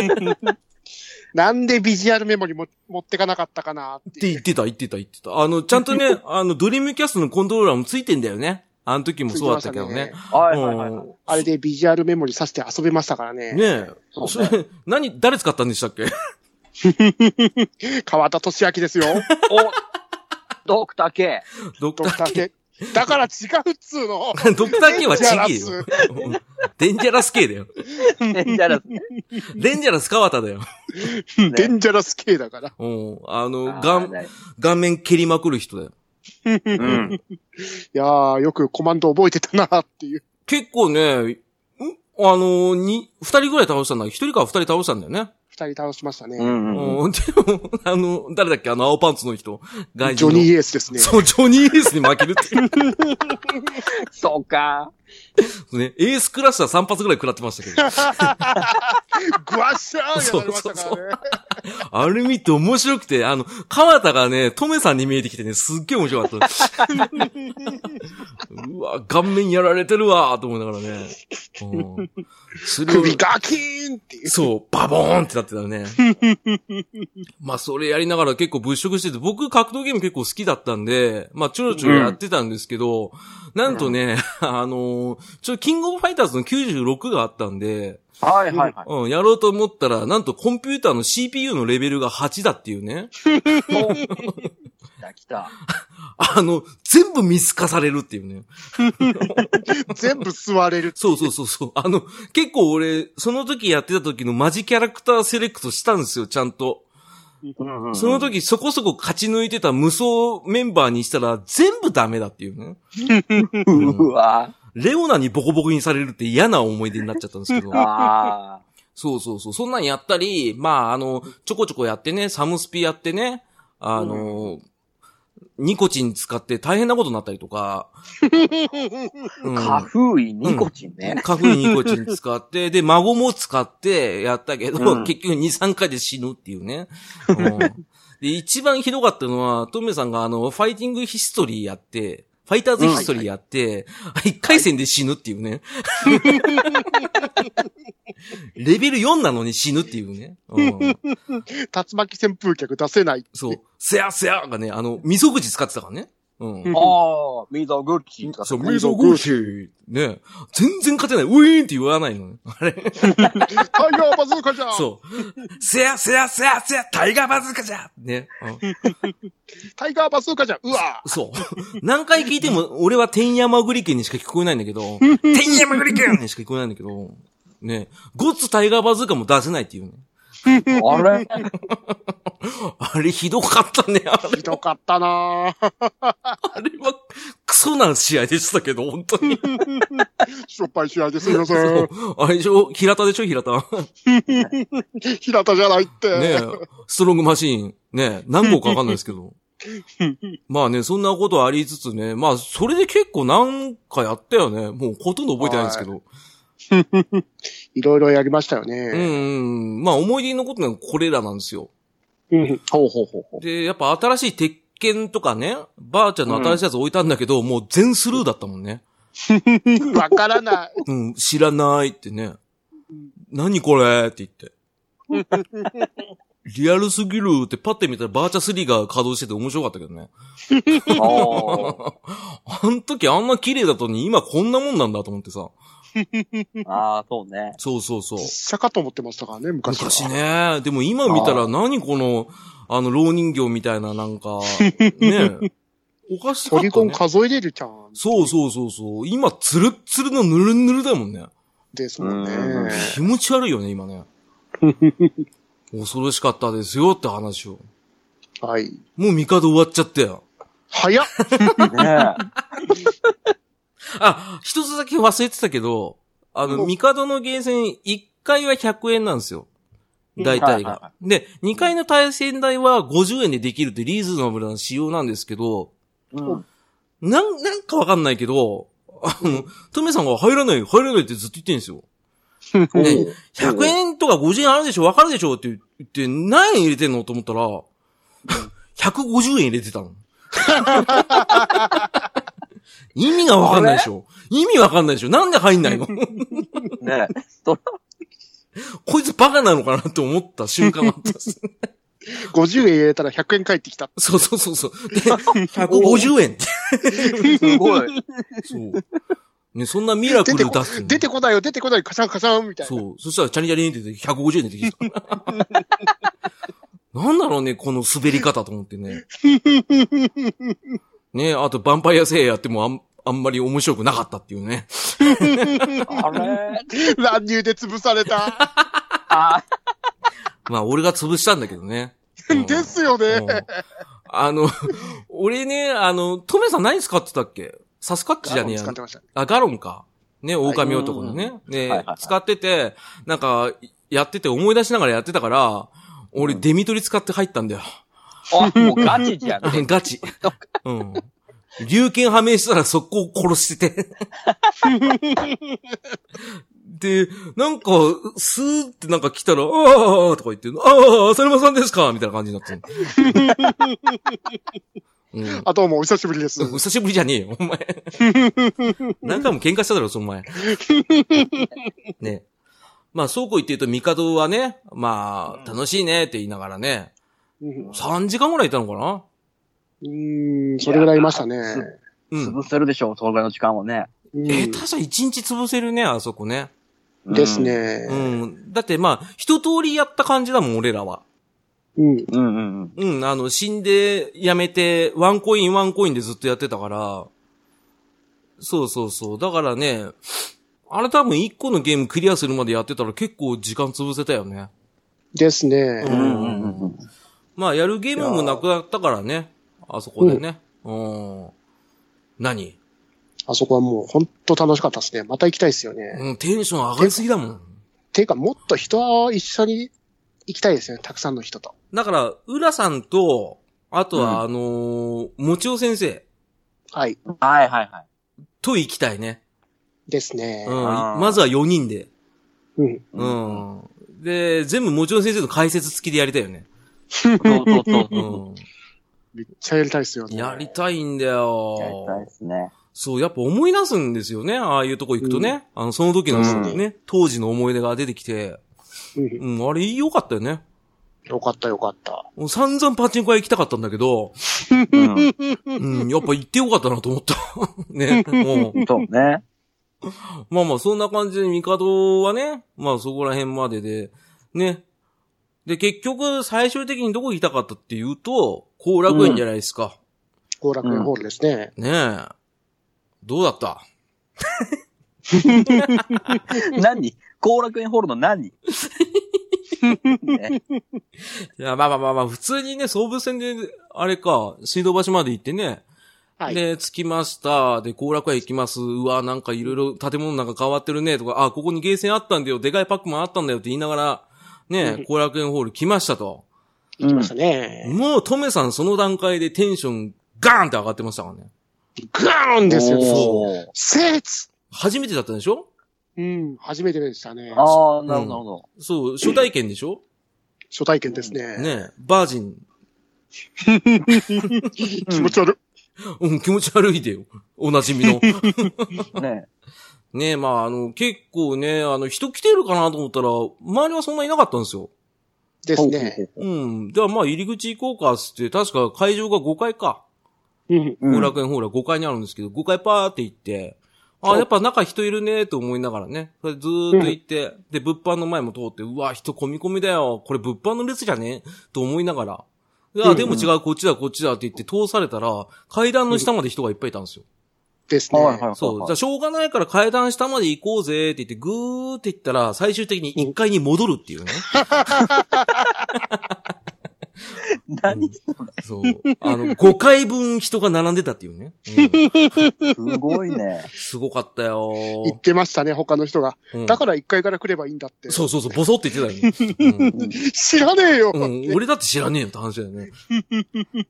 なんでビジュアルメモにも持ってかなかったかなっていう。言ってた、言ってた、言ってた。あの、ちゃんとね、あの、ドリームキャストのコントローラーもついてんだよね。あの時もそうだったけどね。。はいはいはい。うんあれでビジュアルメモリさせて遊べましたからね。ねえ。そうねそれ、何、誰使ったんでしたっけ川田俊明 ですよ。お、ドクター K。ドクタドクターー系。系。だから違うっつうの。 ドクター系はちぎデンジャよ。デンジャラス系だ よ。デンジャラスね。デンジャラス川田だよ。デンジャラス系だから。うん。あの、あ顔ー、ね顔面蹴りまくる人だよ。うん。いやー、よくコマンド覚えてたなっていう。結構ね、んあの、に、二人ぐらい倒したんだ。一人か二人倒したんだよね。二人倒しましたね。うん。うん。で も、あの、誰だっけあの、青パンツの人。外ジ人ョの。ニー・エースですね。そう、ジョニーエースに負けるっていう。 そうか。ね、エースクラッシャー3発ぐらい食らってましたけど。グワッシャーやられましたからね。あれ見て面白くて、あの、川田がね、トメさんに見えてきてね、すっげえ面白かった。 うわ、顔面やられてるわーと思いながらね。うん。それを首ガキーンっていう。そう、バボーンってなってたよね。 まあ、それやりながら結構物色してて、僕格闘ゲーム結構好きだったんで、まあ、ちょろちょろやってたんですけど、なんとね、 あのーちょ、キングオブファイターズの96があったんで、はいはいはうん、やろうと思ったら、なんとコンピューターの CPU のレベルが8だっていうね。い。お来た来た。あの、全部見透かされるっていうね。全部座れる。そうそうそうそう。あの、結構俺、その時やってた時のマジキャラクターセレクトしたんですよ、ちゃんと。その時そこそこ勝ち抜いてた無双メンバーにしたら全部ダメだっていうね。うわレオナにボコボコにされるって嫌な思い出になっちゃったんですけどー。。ああ。 そうそうそう。そんなんやったり、まあ、あの、ちょこちょこやってね、サムスピやってね、あの、ニコチン使って大変なことになったりとか。うん花粉医ニコチンね。カフェニコチン使って、で、孫も使ってやったけど、うん結局2、3回で死ぬっていうね。うんで、一番ひどかったのは、トメさんがあの、ファイティングヒストリーやって、ファイターズヒストリーやって、1回戦で死ぬっていうね。レベル4なのに死ぬっていうね。うん竜巻旋風脚出せない。そう。せやせやがね、あの、溝口使ってたからね。うん。ああ、ミザグッチンとかそう、溝溝口。ね全然勝てない。ウィーンって言わないのね。あれタイガーバズーカじゃんそう。せやせやせやせや、タイガーバズーカじゃね、うんタイガーバズーカじゃんうわそう。何回聞いても、俺は天山栗県にしか聞こえないんだけど、天山栗県にしか聞こえないんだけど、ね、ゴッツタイガーバズーカも出せないっていうね。あれあれひどかったね。あれひどかったなぁ。あれは、クソな試合でしたけど、本当に。しょっぱい試合ですみませそんう。あれでしょ平田でしょ平田。平田じゃないっねえて。、ストロングマシーン、ねえ、何号かわかんないですけど。まあね、そんなことありつつね、まあ、それで結構何かやったよね。もうほとんど覚えてないんですけど。いろいろやりましたようんね。うんうん。まあ、思い出に残ってるのはこれらなんですよ。 うん。ほうほうほうほで、やっぱ新しい鉄拳とかね、ばあちゃんの新しいやつ置いたんだけど、もう全スルーだったもんね。わからない。うん、知らないってね。何これって言って。リアルすぎるってパッて見たらバーチャ3が稼働してて面白かったけどね。う。おあの時あんな綺麗だったのに今こんなもんなんだと思ってさ。ーああ、そうね。そうそうそう。実写かと思ってましたからね、昔は。昔ね。でも今見たら何この、あの、老人形みたいななん か、ねえ。おかしかポった、リね。ゴン数えれるじゃん。そうそうそうそう。今、ツルッツルのぬるぬるだもんね。ですもんね。うん気持ち悪いよね、今ね。 恐ろしかったですよって話を。はい。もう帝終わっちゃったよ。早っねあ、一つだけ忘れてたけど、あの、お帝のゲーセン1回は100円なんですよ。大体はいはいはが。で、2回の対戦台は50円でできるってリーズナブルな仕様なんですけど、うん。なん、なんかわかんないけど、あの、トメさんが入らない、入らないってずっと言ってんですよ。で、100円とか50円あるでしょわかるでしょって言って、何円入れてんのと思ったら、150円入れてたの。 意味がわかんないでしょ意味わかんないでしょなんで入んないのねそこいつバカなのかなって思った瞬間があったんです。 50円入れたら100円返ってきた。そうそうそうそう。で、150円って。すごい。そう。ね、そんなミラクル出すの出てこないよ、出てこないよ、カサンカサンみたいな。そう。そしたら、チャリチャリンって言って150円出てきた。なんだろうね、この滑り方と思ってね。ねあと、ヴァンパイア聖夜やってもあん、あんまり面白くなかったっていうね。あれ乱入で潰された。あまあ、俺が潰したんだけどね。うんですようんね。あの、俺ね、あの、トメさん何使ってたっけサスカッチじゃねえや使っ。てました。あ、ガロンか。ね、狼男のはね。ね、はいはいはい使ってて、なんか、やってて思い出しながらやってたから、俺、デミトリ使って入ったんだよ。あ、もうガチじゃん。ガチ。うん。龍剣破命したら速攻殺してて。で、なんか、スーってなんか来たら、ああとか言って、ああ、浅沼さんですかみたいな感じになってる。うんあ、どうも、お久しぶりです。久しぶりじゃねえよ、お前。何回も喧嘩しただろ、その前。ね。まあ、そうこう言ってると、帝はね、まあ、楽しいねって言いながらね、う3時間ぐらいいたのかなーん、それぐらいいましたね。うん。潰せるでしょう、そのぐらいの時間をね。うん下手したら1日潰せるね、あそこね。うんです。うね。ん。だってまあ、一通りやった感じだもん、俺らは。うん。うんうんうん。うん、あの、死んで、やめて、ワンコイン、ワンコインでずっとやってたから。そうそうそう。だからね、あれ多分一個のゲームクリアするまでやってたら結構時間潰せたよね。ですね。ううんんうんうん。まあ、やるゲームもなくなったからね。あそこでね。うん。何あそこはもう本当楽しかったですね。また行きたいですよね。うん、テンション上がりすぎだもん。ていうか、もっと人は一緒に行きたいですよね。たくさんの人と。だから、浦さんと、あとは、うあのー、もちお先生はい。はいはいはい。と行きたいね。ですねう。ん。あーまずは4人で。うん。うん。で、全部もちろん先生の解説付きでやりたいよね。そうそうそううそん。めっちゃやりたいですよね。やりたいんだう。やりたいよで。すね。そう、やっぱ思い出すんですよね。ああいうとこ行くとね。あの、その時のうんね、当時の思い出が出てきて。うん。うん、あれ良かったよね。よかったよかった。もう散々パチンコ屋行きたかったんだけど、うん。うん、やっぱ行ってよかったなと思った。 ね、もう。そうね。まあまあ、そんな感じで、帝はね、まあそこら辺までで、ね。で、結局、最終的にどこ行きたかったっていうと、後楽園じゃないですか。後楽園ホールですね。ねえ。どうだった何後楽園ホールの何ねいや、まあまあまあまあ、普通にね、総武線で、あれか、水道橋まで行ってね。はい。で、着きました。で、後楽園行きます。うわ、なんかいろいろ建物なんか変わってるね。とか、あ、ここにゲーセンあったんだよ。でかいパックマンあったんだよって言いながら、ねうんえ、後楽園ホール来ましたと。行きましたね。もう、トメさんその段階でテンションガーンって上がってましたからね。グーンですよ。おーせいつ初めてだったでしょうん。初めてでしたね。ああ、なるほどなるほど。そう、初体験でしょ初体験ですね。ねえ、バージン。気持ち悪うん、気持ち悪いでよ。おなじみ の。ねねえ、まあ、あの、結構ね、あの、人来てるかなと思ったら、周りはそんないなかったんですよ。いですね。うん。じゃあ、まあ、入り口行こうか、つって、確か会場が5階か。うん。う後ん。楽園ホールは5階にあるんですけど、5階パーって行って、あ、やっぱ中人いるね、と思いながらね。それずーっと行って、で、物販の前も通って、うわ、人込み込みだよ。これ物販の列じゃねと思いながら。であ、でも違う、こっちだ、こっちだって言って通されたら、階段の下まで人がいっぱいいたんですよ。ですね。はいはいはいはい。そう。じゃあしょうがないから階段下まで行こうぜって言って、ぐーって行ったら、最終的に1階に戻るっていうね。何そう。あの、5階分人が並んでたっていうね。 うん、すごいね。すごかったよ言ってましたね、他の人が。うんだから一階から来ればいいんだって。そうそうそう、ボソって言ってたよ ね。知らねえよ、うん。うん俺だって知らねえよって話だよ ね。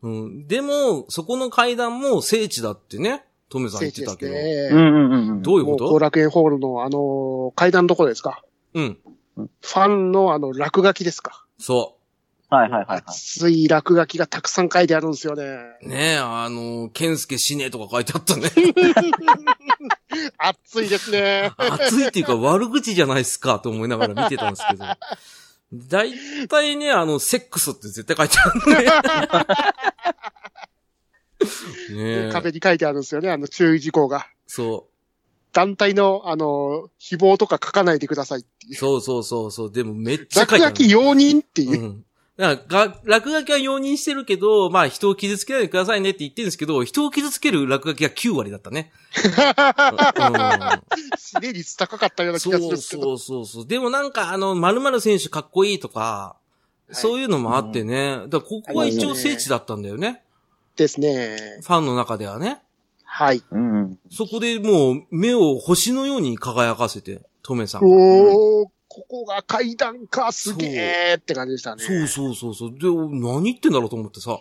うん。でも、そこの階段も聖地だってね、トメさん言聖って地でたすけど。うね。んうんうんうん。どういうもこう後と楽園ホールのあのー階段のとこですかうん。ファンのあの、落書きですかそはいはいはいはい。熱い落書きがたくさん書いてあるんですよ ね。う。ねえ、あの、ケンスケ死ねえとか書いてあ ったね。熱いですね。熱いっていうか悪口じゃないですかと思いながら見てたんですけど。だいたいね、あの、セックスって絶対書いてあるね。 ねえ。壁に書いてあるんですよね、あの注意事項が。そ。団体の、あの、誹謗とか書かないでくださいっていうう。そうそうそうそう。でもめっちゃ書落いてあ書る。き容認っていう。うん。だからが、落書きは容認してるけど、まあ人を傷つけないでくださいねって言ってるんですけど、人を傷つける落書きが9割だった ね。うんすでに率高かったような気そがするんうですけど。そうそうそう。でもなんかあの、〇〇選手かっこいいとか、いそういうのもあってね。だからここは一応聖地だったんだよね。ですね。ファンの中ではね。はい。うん。そこでもう目を星のように輝かせて、トメさんが。おー、ここが階段か、すげえって感じでしたね。そうそうそうそう。で、お何言ってんだろうと思ってさ。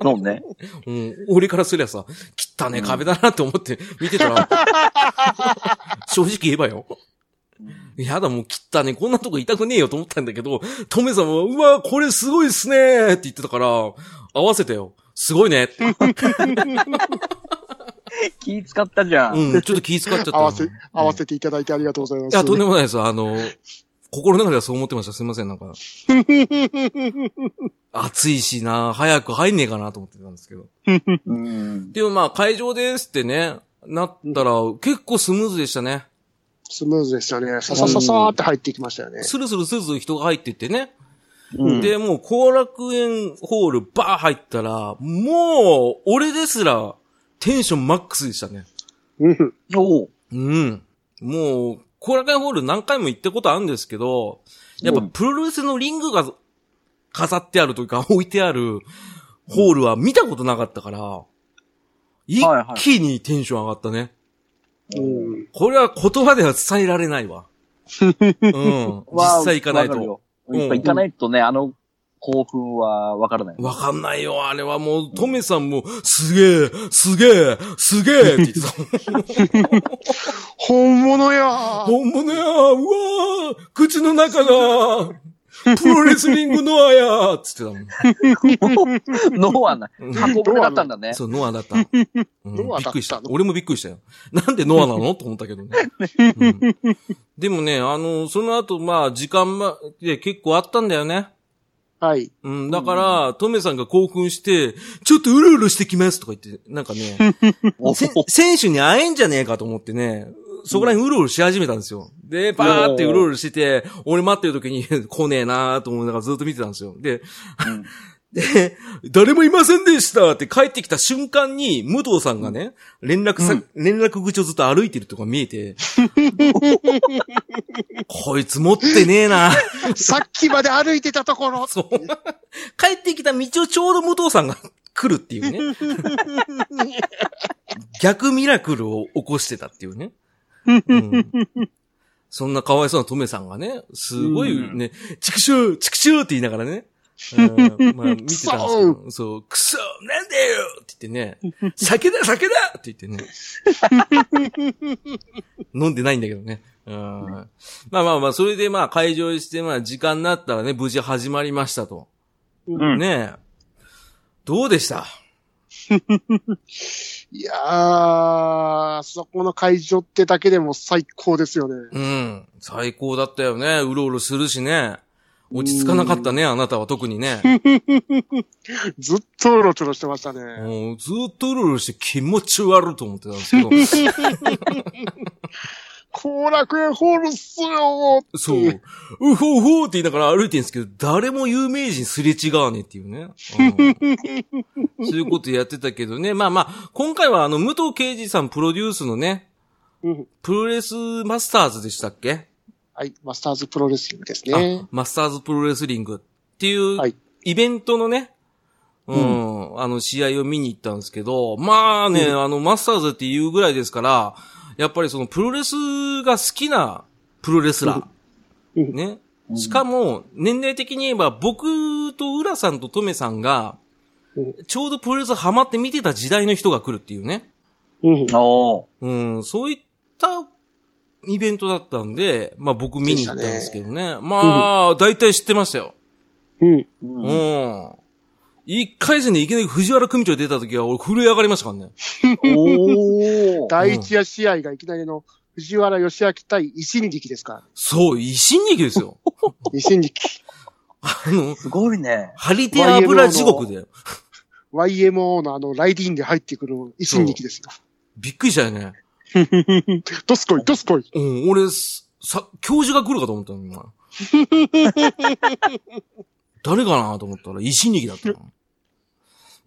そうね。うん。俺からすりゃさ、汚ね壁だなって思って見てた ら、正直言えばよ。やだ、もう汚ね。こんなとこ痛くねえよと思ったんだけど、トメさんは、うわ、これすごいっすねーって言ってたから、合わせたよ。すごいねって。気使ったじゃん。 うん、ちょっと気遣っちゃった。合わせ、合わて。せていただいてありがとうございます。いや、とんでもないです。あの、心の中ではそう思ってました。すいません、なん か。暑いしな、早く入んねえかなと思ってたんですけど。うん。でもまあ、会場ですってね、なったら、結構スムーズでしたね。スムーズでしたね。ささささーって入っていきましたよね。スルスルスルスル人が入ってってね。うんで、もう、後楽園ホールバー入ったら、もう、俺ですら、テンションマックスでしたね。うん。おううん。もう、後楽園ホール何回も行ったことあるんですけど、やっぱうんプロレスのリングが飾ってあるというか 置いてあるホールは見たことなかったから、一はいはい気にテンション上がったね。うん。これは言葉では伝えられないわ。うん。 わ実際行かないわると。よやっぱ行かないとね、あの興奮はわからない。わかんないよ、あれはもう、トメさんも、すげえ、すげえ、すげえって言っ てた。本物やー。本物やうわー口の中がプロレスリングノアやーつってたもん。ノアな、うん運ぶだったんだね。そう、ノアだった。うんノアだびっったのくりした。俺もびっくりしたよ。なんでノアなのと思ったけどね。うんでもね、あの、その後、まあ、時間まで結構あったんだよね。はい。うん、だから、トメさんが興奮して、ちょっとうるうるしてきますとか言って、なんかね、おせ選手に会えんじゃねえかと思ってね、そこら辺うろうろし始めたんですよ。で、パーってうろうろしてて、俺待ってる時に 来ねえなーと思いながらずっと見てたんですよ。で、うん で、誰もいませんでしたって帰ってきた瞬間に、武藤さんがね、連絡さ、連絡口をずっと歩いてるとか見え て、こいつ持ってねえなさっきまで歩いてたところ。そう。帰ってきた道をちょうど武藤さんが来るっていうね。逆ミラクルを起こしてたっていうね。うんそんなかわいそうなトメさんがね、すごいね、チクシュー、チクシューって言いながらね、うんまあ見てたんですけど、そう、クソなんだよって言ってね、酒だ酒だって言ってね、飲んでないんだけどね。うんまあまあまあ、それでまあ会場して、まあ時間になったらね、無事始まりましたと。うんねえ。どうでしたいやー、そこの会場ってだけでも最高ですよね。うん。最高だったよね。うろうろするしね。落ち着かなかったね、あなたは特にね。ずっとうろちょろしてましたね。もうずっとうろうろして気持ち悪いと思ってたんですけど。後楽園ホールっすよーそう。うほうほうって言いながら歩いてるんですけど、誰も有名人すれ違わねえっていうね。うんそういうことやってたけどね。まあまあ、今回はあの、武藤敬司さんプロデュースのね、うん。プロレスマスターズでしたっけはい。マスターズプロレスリングですねあ。マスターズプロレスリングっていうはいイベントのね、うん、あの試合を見に行ったんですけど、まあね、あのマスターズっていうぐらいですから、やっぱりそのプロレスが好きなプロレスラうんー。ね。しかも、年齢的に言えば僕と浦さんとトメさんがうん、ちょうどプロレスハマって見てた時代の人が来るっていうね。うん。おううん、そういったイベントだったんで、まあ僕見に行ったんですけどね。まあ、大体知ってましたよ。うん。ううんん。一回戦でいきなり藤原組長出た時は俺震え上がりましたからね。おー第一試合がいきなりの藤原義明対維新力ですから。そう、維新劇です よ。維新力。あの、すごいね。張り手油地獄だよ。 YMO のあの、ライディーンで入ってくる一進撃ですよ。びっくりしたよね。どすこい、どすこい。うん、俺、すさ、教授が来るかと思ったの、 今。誰かなと思ったら、石力だったの。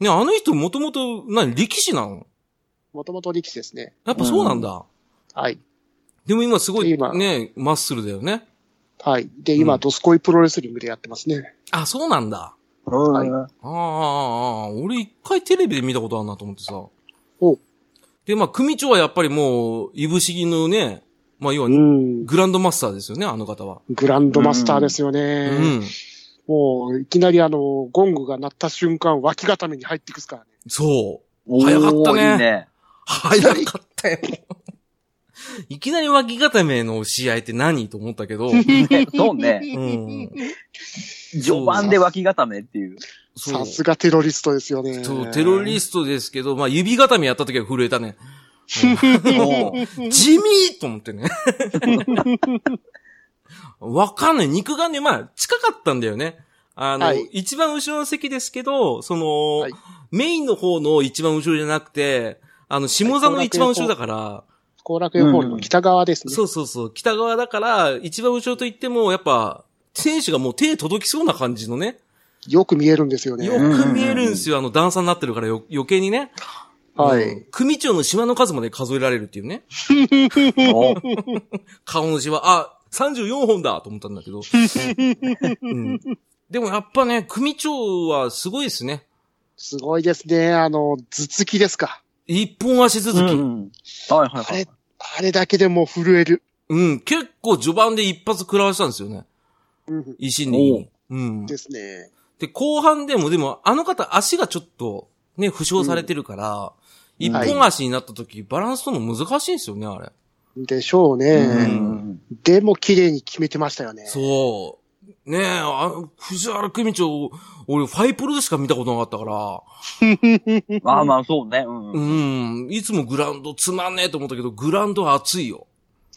ね、あの人もともと、何、力士なのもともと力士ですね。やっぱそうなんだ。はい。でも今すごい、今ね、マッスルだよね。はい。で、う今、んドスコイプロレスリングでやってますね。あ、そうなんだ。はいうんああああ、ああ俺一回テレビで見たことあるなと思ってさ。おで、まあ、組長はやっぱりもう、いぶしぎのね、まあ、要は、うん。グランドマスターですよね、あの方は。グランドマスターですようね。ん。もう、いきなりあの、ゴングが鳴った瞬間、脇固めに入ってくすからね。そう。おー早かったねいいね。早か ったよ。いきなり脇固めの試合って何と思ったけ ど、うねそう ね。ん。序盤で脇固めっていう。そうさすがテロリストですよね。そう、テロリスストですけど、まあ、指固めやった時は震えたね。うん地味と思ってね。 わかんない。肉がね、まあ、近かったんだよね。あの、はい一番後ろの席ですけど、その、はいメインの方の一番後ろじゃなくて、あの、下座の一番後ろだから、ト。 後楽園ホールの北側ですね。そうそうそう。北側だから、一番後ろと言っても、やっぱ、選手がもう手届きそうな感じのね。よく見えるんですよねよ。く見えるんですよ。あの段差になってるからよ余計にね。はういん。。組長のシワの数まで数えられるっていうね。お顔のシワ、あ、34本だと思ったんだ けど。うん、でもやっぱね、組長はすごいですね。すごいですね。あの、頭突きですか。一本足続き。ううん、んはいはいあはいれ。、あれだけでもう震える。結構序盤で一発食らわしたんですよね。うん。維新に。うん。ですね。で、後半でも、でも、あの方足がちょっと、ね、負傷されてるから、うん一本足になった時、バランス取るの難しいんですよね、あれ。でしょううね。んでも綺麗に決めてましたよね。そう。ねえ、あの、藤原組長、俺、ファイプロでしか見たことなかったから、まあまあそうね。うんうん、いつもグラウンドつまんねえと思ったけど、グラウンドは熱いよ。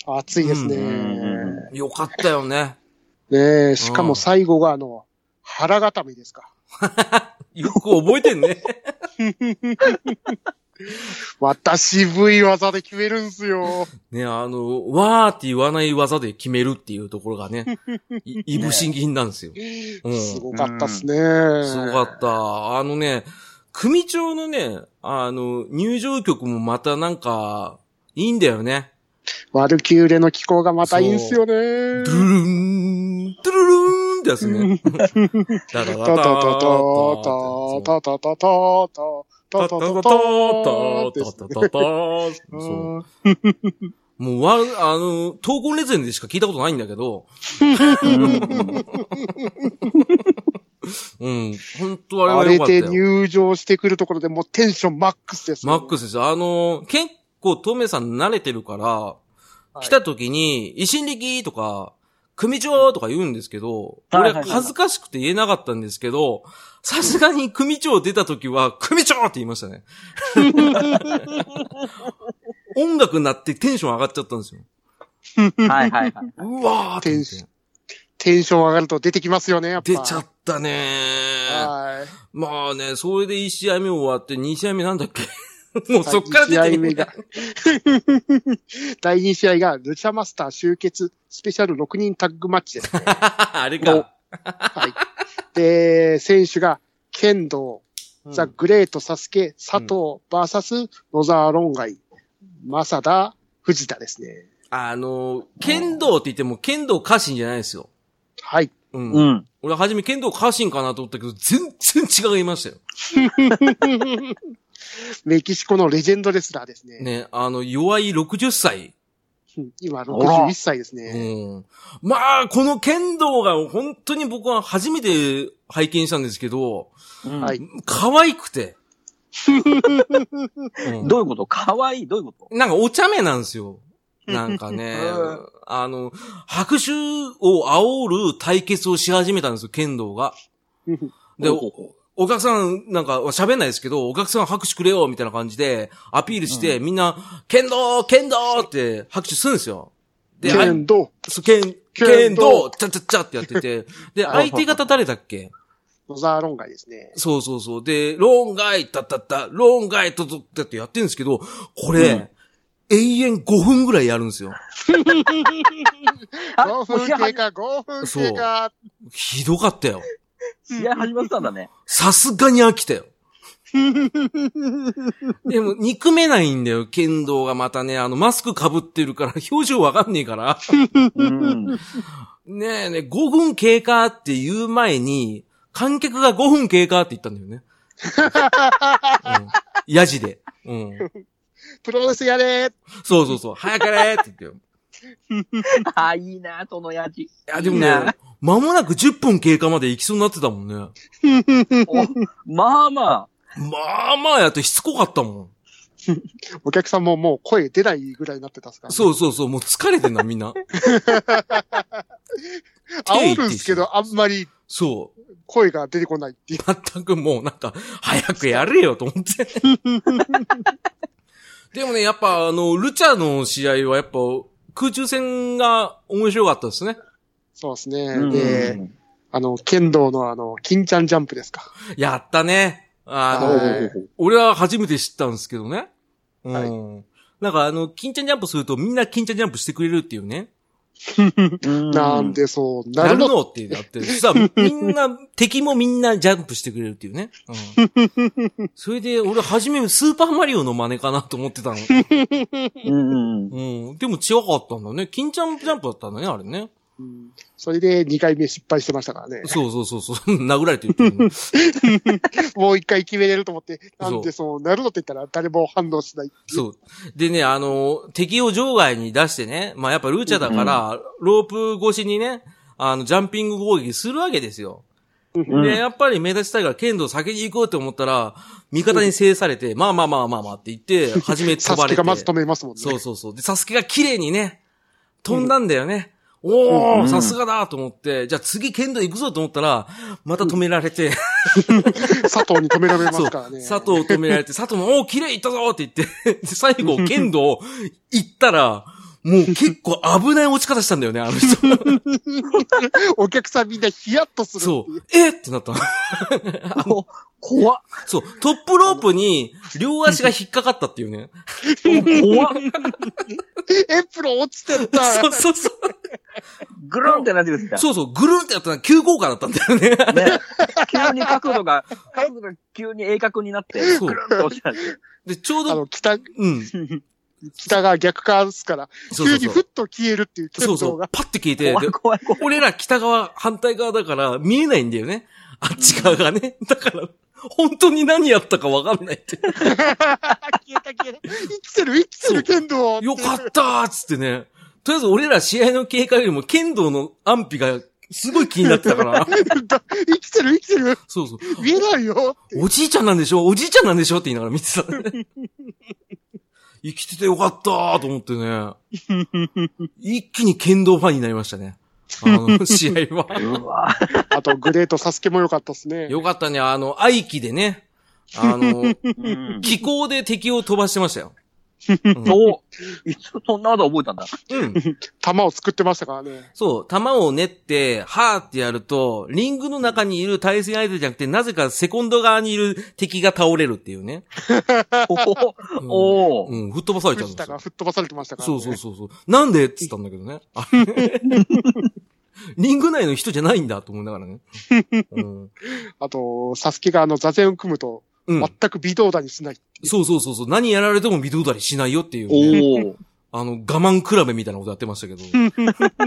熱いですね。うんうんよかったよね。ねえ、しかも最後があの、腹固めですか。よく覚えてんね。私、渋い技で決めるんすよ。ねえあの、わーって言わない技で決めるっていうところがね、い、いぶし銀なんですよ。うんすごかったっすね。すごかった。あのね、組長のね、あの、入場曲もまたなんか、いいんだよね。ワルキューレの気候がまたいいんすよドねゥ。ルルン、ドゥルルンってやつね。ダダダタダタダタダタタタタタタタタタタですねダダそううんもうわ、あの、闘魂列伝でしか聞いたことないんだけど、うん、本当あれあは良れかったでよ。入場してくるところでもうテンションマックスですよ。マックスですよ。あの、結構トメさん慣れてるから、はい来た時に、維新力とか、組長とか言うんですけど、はいは俺いはい恥ずかしくて言えなかったんですけど、さすがに組長出た時は、組長って言いました ね。音楽になってテンション上がっちゃったんですよ。はいはいはい。うわーって思ってテンション上がると出てきますよね、やっぱ。出ちゃったねー。はい。まあね、それで1試合目終わって、2試合目なんだっ けもうそっから第出2て試き合目てが。第2試合が、ルチャマスター集結スペシャル6人タッグマッチです ね。あれか。はい。で、選手が、剣道、ザ・グレート・サスケ、佐藤、バーサス、野沢論外、マサダ、藤田ですね。あの、剣道って言っても剣道家臣じゃないですよ。はい。うん。うん。俺はじめ剣道家臣かなと思ったけど、全然違いましたよ。メキシコのレジェンドレスラーですね。ね、あの、弱い60歳。うん今、あ61ら歳ですね。うん。まあ、この剣道が本当に僕は初めて拝見したんですけど、うんはい。可愛く て。うんどういうことかわいいどういうこなんかお茶目なんですよ。なんかね、あの、拍手を煽る対決をし始めたんですよ、剣道が。で、とおお客さん、なんか喋んないですけど、お客さん拍手くれよ、みたいな感じで、アピールして、みんな、剣道剣道って拍手するんですよ。で、あい剣道、そう剣、剣剣道道ちゃちゃちゃってやってて、で、相手方誰だっけ野沢論外ですね。そうそうそう。で、論外、たったった、論外、ととったってやってるんですけど、これ、永遠5分ぐらいやるんですよ。あ5もう分試合経始過、5分経過。ひどかったよ。試合始まってたんだね。さすがに飽きたよ。でも、憎めないんだよ。剣道がまたね、あの、マスク被ってるから、表情わかんねえから。うん。ねえねえ、5分経過って言う前に、観客が5分経過って言ったんだよね。うんヤジで。うん。プロレスやれーそうそうそう。早くやれって言ってよ。ああ、いいな、そのやじ。いや、でもいいねな、間もなく10分経過まで行きそうになってたもんね。おまあままあまあやってしつこかったもん。お客さんももう声出ないぐらいになってたっすから、そうそうそう、もう疲れてんな、みん な。煽るんですけど、あんまりそ声が出てこないっていう。う。全くもうなんか、早くやれよと思って。 でもね、やっぱあの、ルチャの試合はやっぱ、空中戦が面白かったですね。そうですね。あ。うんで、あの、剣道のあの、金ちゃんジャンプですか。やったね。あの、はい俺は初めて知ったんですけどね。うん。はいなんかあの、金ちゃんジャンプするとみんな金ちゃんジャンプしてくれるっていうね。なん。でそう、ななるるののってなってる。さ、みんな、 敵もみんなジャンプしてくれるっていうね。 うん。それで、俺初めスーパーマリオの真似かなと思ってたの。うん。うん。でも違かったんだね。金ちゃんジャンプだったんだね、あれね。うんそれで2回目失敗してましたからね。そうそうそう そう。殴られてるっていうね。もう1回決めれると思って、そなうんでそう、なるのって言ったら誰も反応しない。そう。でね、あの、敵を場外に出してね、まあやっぱルーチャだから、ロープ越しにね、あの、ジャンピング攻撃するわけですよ。うんで、やっぱり目立ちたいから剣道先に行こうと思ったら、味方に制されて、まあまあまあまあまあって言って、初め飛サばれスて。ケがまず止めますもんね。そうそうそう。で、サスケが綺麗にね、飛んだんだよね。おー、うんさすがだと思って、じゃあ次剣道行くぞと思ったら、また止められて、佐藤に止められまそうすからね。佐藤を止められて、佐藤も、おー、綺麗行ったぞって言って、で最後、剣道行ったら、もう結構危ない落ち方したんだよね、あの 人。お客さんみんなヒヤッとする。そう。えーってなったの。こ怖っ。そう。トップロープに、両足が引っかかったっていうね。怖っ。エプロン落ちてった。 そうそうそう。ぐるんってなってるんですそうそう、ぐるんってやったら急降下だったんだよね。かね。急に角度が、角度が急に鋭角になって、そうぐるんと落ちたんですよ。で、ちょうあど、の、北、うん。北が逆側ですから、そうそ急うにそうふっ。と消えるっていうそ剣うそ道うが。。パッて消えて、怖でい怖い怖い。俺ら北側、反対側だから見えないんだよね。あっち側がね。だから、本当に何やったかわかんない って。消えた消えた。生きてる生きてる剣道よかったーっつってね。とりあえず俺ら試合の経過よりも剣道の安否がすごい気になってた から。だ生きてる生きてるそうそう。見えないよおじいちゃんなんでしょおじいちゃんなんでしょって言いながら見てたね。生きててよかったーと思ってね。一気に剣道ファンになりましたね。あの、試合 は。うわあと、グレートサスケもよかったですね。よかったね。あの、愛機でね。あの、うん気候で敵を飛ばしてましたよ。そう。いつそんな技覚えたんだ。うん。弾を作ってましたからね。そう、弾を練って、はーってやると、リングの中にいる対戦相手じゃなくて、なぜかセコンド側にいる敵が倒れるっていうね。おおうんおおうん、吹っ飛ばされちゃうんで藤田すよが。吹っ飛ばされてましたからそね。うそうそうそう。なんでって言ったんだけどね。あリング内の人じゃないんだと思いながらね。うん。あと、サスケがあの、座禅を組むと、うん全。く微動だにしない。そうそうそうそう。何やられても微動だりしないよっていう、ね。おおあの、我慢比べみたいなことやってましたけど。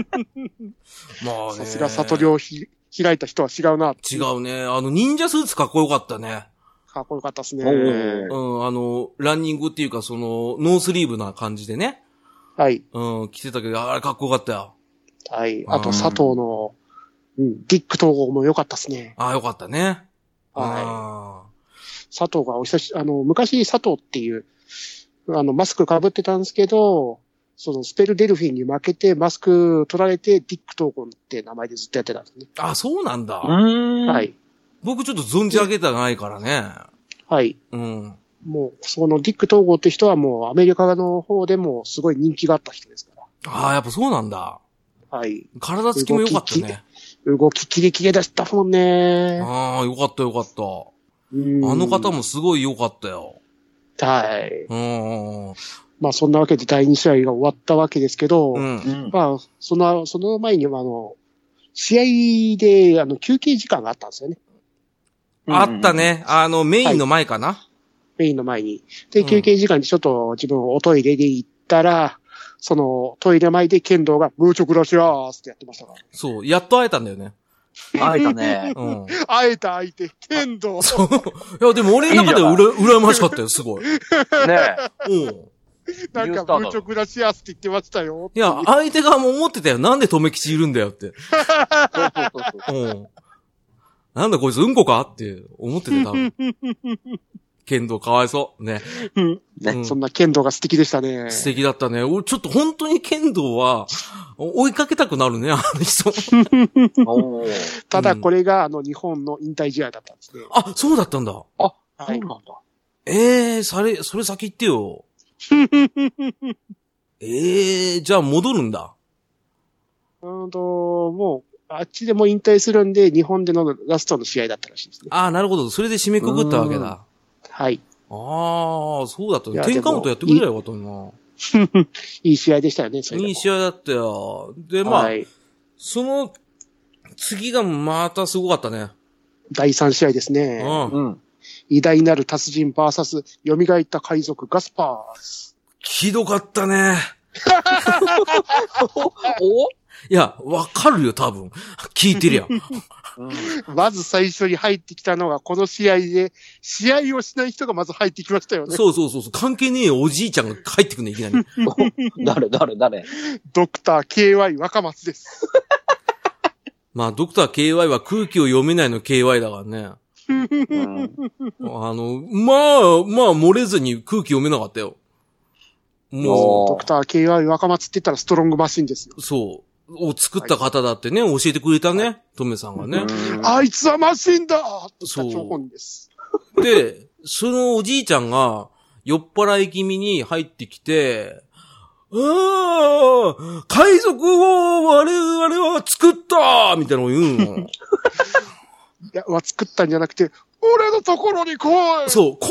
まあね。さすが悟りをひ開いた人は違うな。違。うね。あの、忍者スーツかっこよかったね。かっこよかったですね。おうん、あの、ランニングっていうか、その、ノースリーブな感じでね。はい。うん、着てたけど、あれかっこよかったよ。はい。あと、佐藤の、うん、ディック統合も良かったですね。ああ、よかったね。あはい。佐藤がお久し、あの、昔佐藤っていう、あの、マスク被ってたんですけど、その、スペルデルフィンに負けて、マスク取られて、ディック統合って名前でずっとやってたんですね。ーあ、そうなんだ。うん。は。い。僕ちょっと存じ上げたがないからね。はい。うん。もう、そのディック統合って人はもう、アメリカの方でもすごい人気があった人ですかああ、やっぱそうなんだ。ら。はい。体つきも良かったね。動きキレキレだったもんね。ああ、よかったよかった。うんあの方。もすごいよかったよ。はい。うん。うんまあそんなわけで第2試合が終わったわけですけど、うん。うん。ん。まあ、その、その前には、あの、試合で、あの、休憩時間があったんですよね。あった。ね。あの、メインの前かな。メインの前に。うで、ん休憩時間にちょっと自分おトイレで行ったら、その、トイレ前で剣道が、ムーチョクラシアースってやってましたから。そう。やっと会えたんだよね。会えたね。うん。 会えた相手、剣道そう。いや、でも俺の中ではうら羨ましかったよ、すごい。ねうん。なんニューかスターだ、ムーチョクラシアースって言ってましたよ。いや、相手側も思ってたよ。なんで留吉いるんだよっそて。うそうそうそう。うん。なんだこいつ、うんこかって思ってて、多分。剣道かわいそう。ね。うんねうんそんな剣道が素敵でしたね。素敵だったね。俺、ちょっと本当に剣道は、お追いかけたくなるね、あの人。おーただこれが、あの、日本の引退試合だったんですね。あ、そうだったんだ。はそうい。なんだ。ええー、それ、それ先言ってよ。ええー、じゃあ戻るんだ。うんと、もう、あっちでもう引退するんで、日本でのラストの試合だったらしいですね。ああ、なるほど。それで締めくくったわけだ。はい。ああ、そうだったいね。や10カウントやってくれればよかったのいい試合でしたよね、それにな。いい合試合だったよ。で、まあ、はい。その、次がまたすごかったね。第3試合ですね。うん。うん。偉大なる達人 VS 蘇った海賊ガスパース。ひどかったね。おいや、わかるよ、多分。聞いてりゃ。まず最初に入ってきたのが、この試合で、試合をしない人がまず入ってきましたよね。そうそうそうそう。関係ねえよおじいちゃんが帰ってくんね、いきなり。誰、誰、誰。ドクター KY 若松です。まあ、ドクター KY は空気を読めないの KY だからね。うん。あの、まあ、まあ、漏れずに空気読めなかったよ。もおードクター KY 若松って言ったらストロングマシンですよ。う、そう。を作った方だってね、教えてくれたね、トメさんがね。あいつはマシンだってそう言った張本人です。で、そのおじいちゃんが、酔っ払い気味に入ってきて、ああ海賊を我々は作ったみたいなのを言うの。いや、は作ったんじゃなくて、俺のところに来いそう、来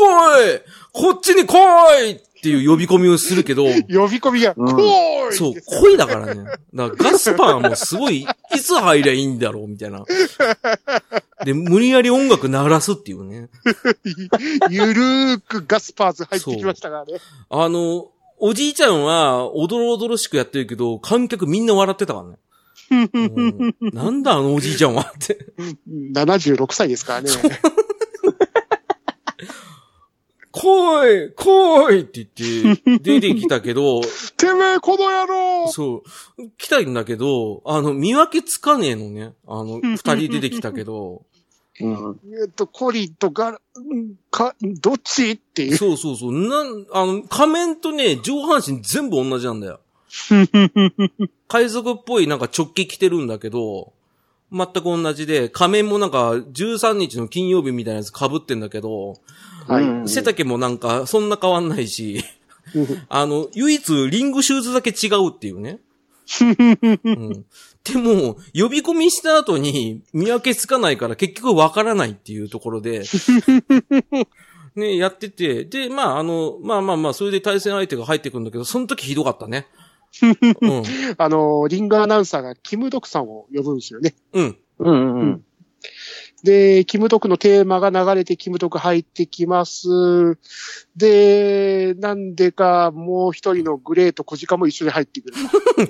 いこっちに来いっていう呼び込みをするけど、呼び込みが、うん来いそう、恋だからね。だからガスパーもすごい、いつ入りゃいいんだろうみたいな。で、無理やり音楽鳴らすっていうね。ゆるーくガスパーズ入ってきましたからね。あの、おじいちゃんは、おどろおどろしくやってるけど、観客みんな笑ってたからね。うんなんだあのおじいちゃんはって。 76歳ですからね。来い来いって言って、出てきたけど、てめえ、この野郎そう、来たんだけど、あの、見分けつかねえのね。あの、二人出てきたけど、うん。えっと、コリンとガラ、んか、どっちっていう。そうそうそう。なん、あの、仮面とね、上半身全部同じなんだよ。海賊っぽいなんか直帰着てるんだけど、全く同じで、仮面もなんか13日の金曜日みたいなやつ被ってんだけど、はい。うん背丈もなんかそんな変わんない し、うんあの、唯一リングシューズだけ違うっていうね。うん、でも、呼び込みした後に見分けつかないから結局わからないっていうところ で、ね、やってて、で、まあ、あの、まあまあまあ、それで対戦相手が入ってくるんだけど、その時ひどかった ね。うん。あの、リングアナウンサーがキムドクさんを呼ぶんですよね。うん。うん。うん。で、キムドクのテーマが流れて、キムドク入ってきます。で、なんでか、もう一人のグレーとコジカも一緒に入ってくる。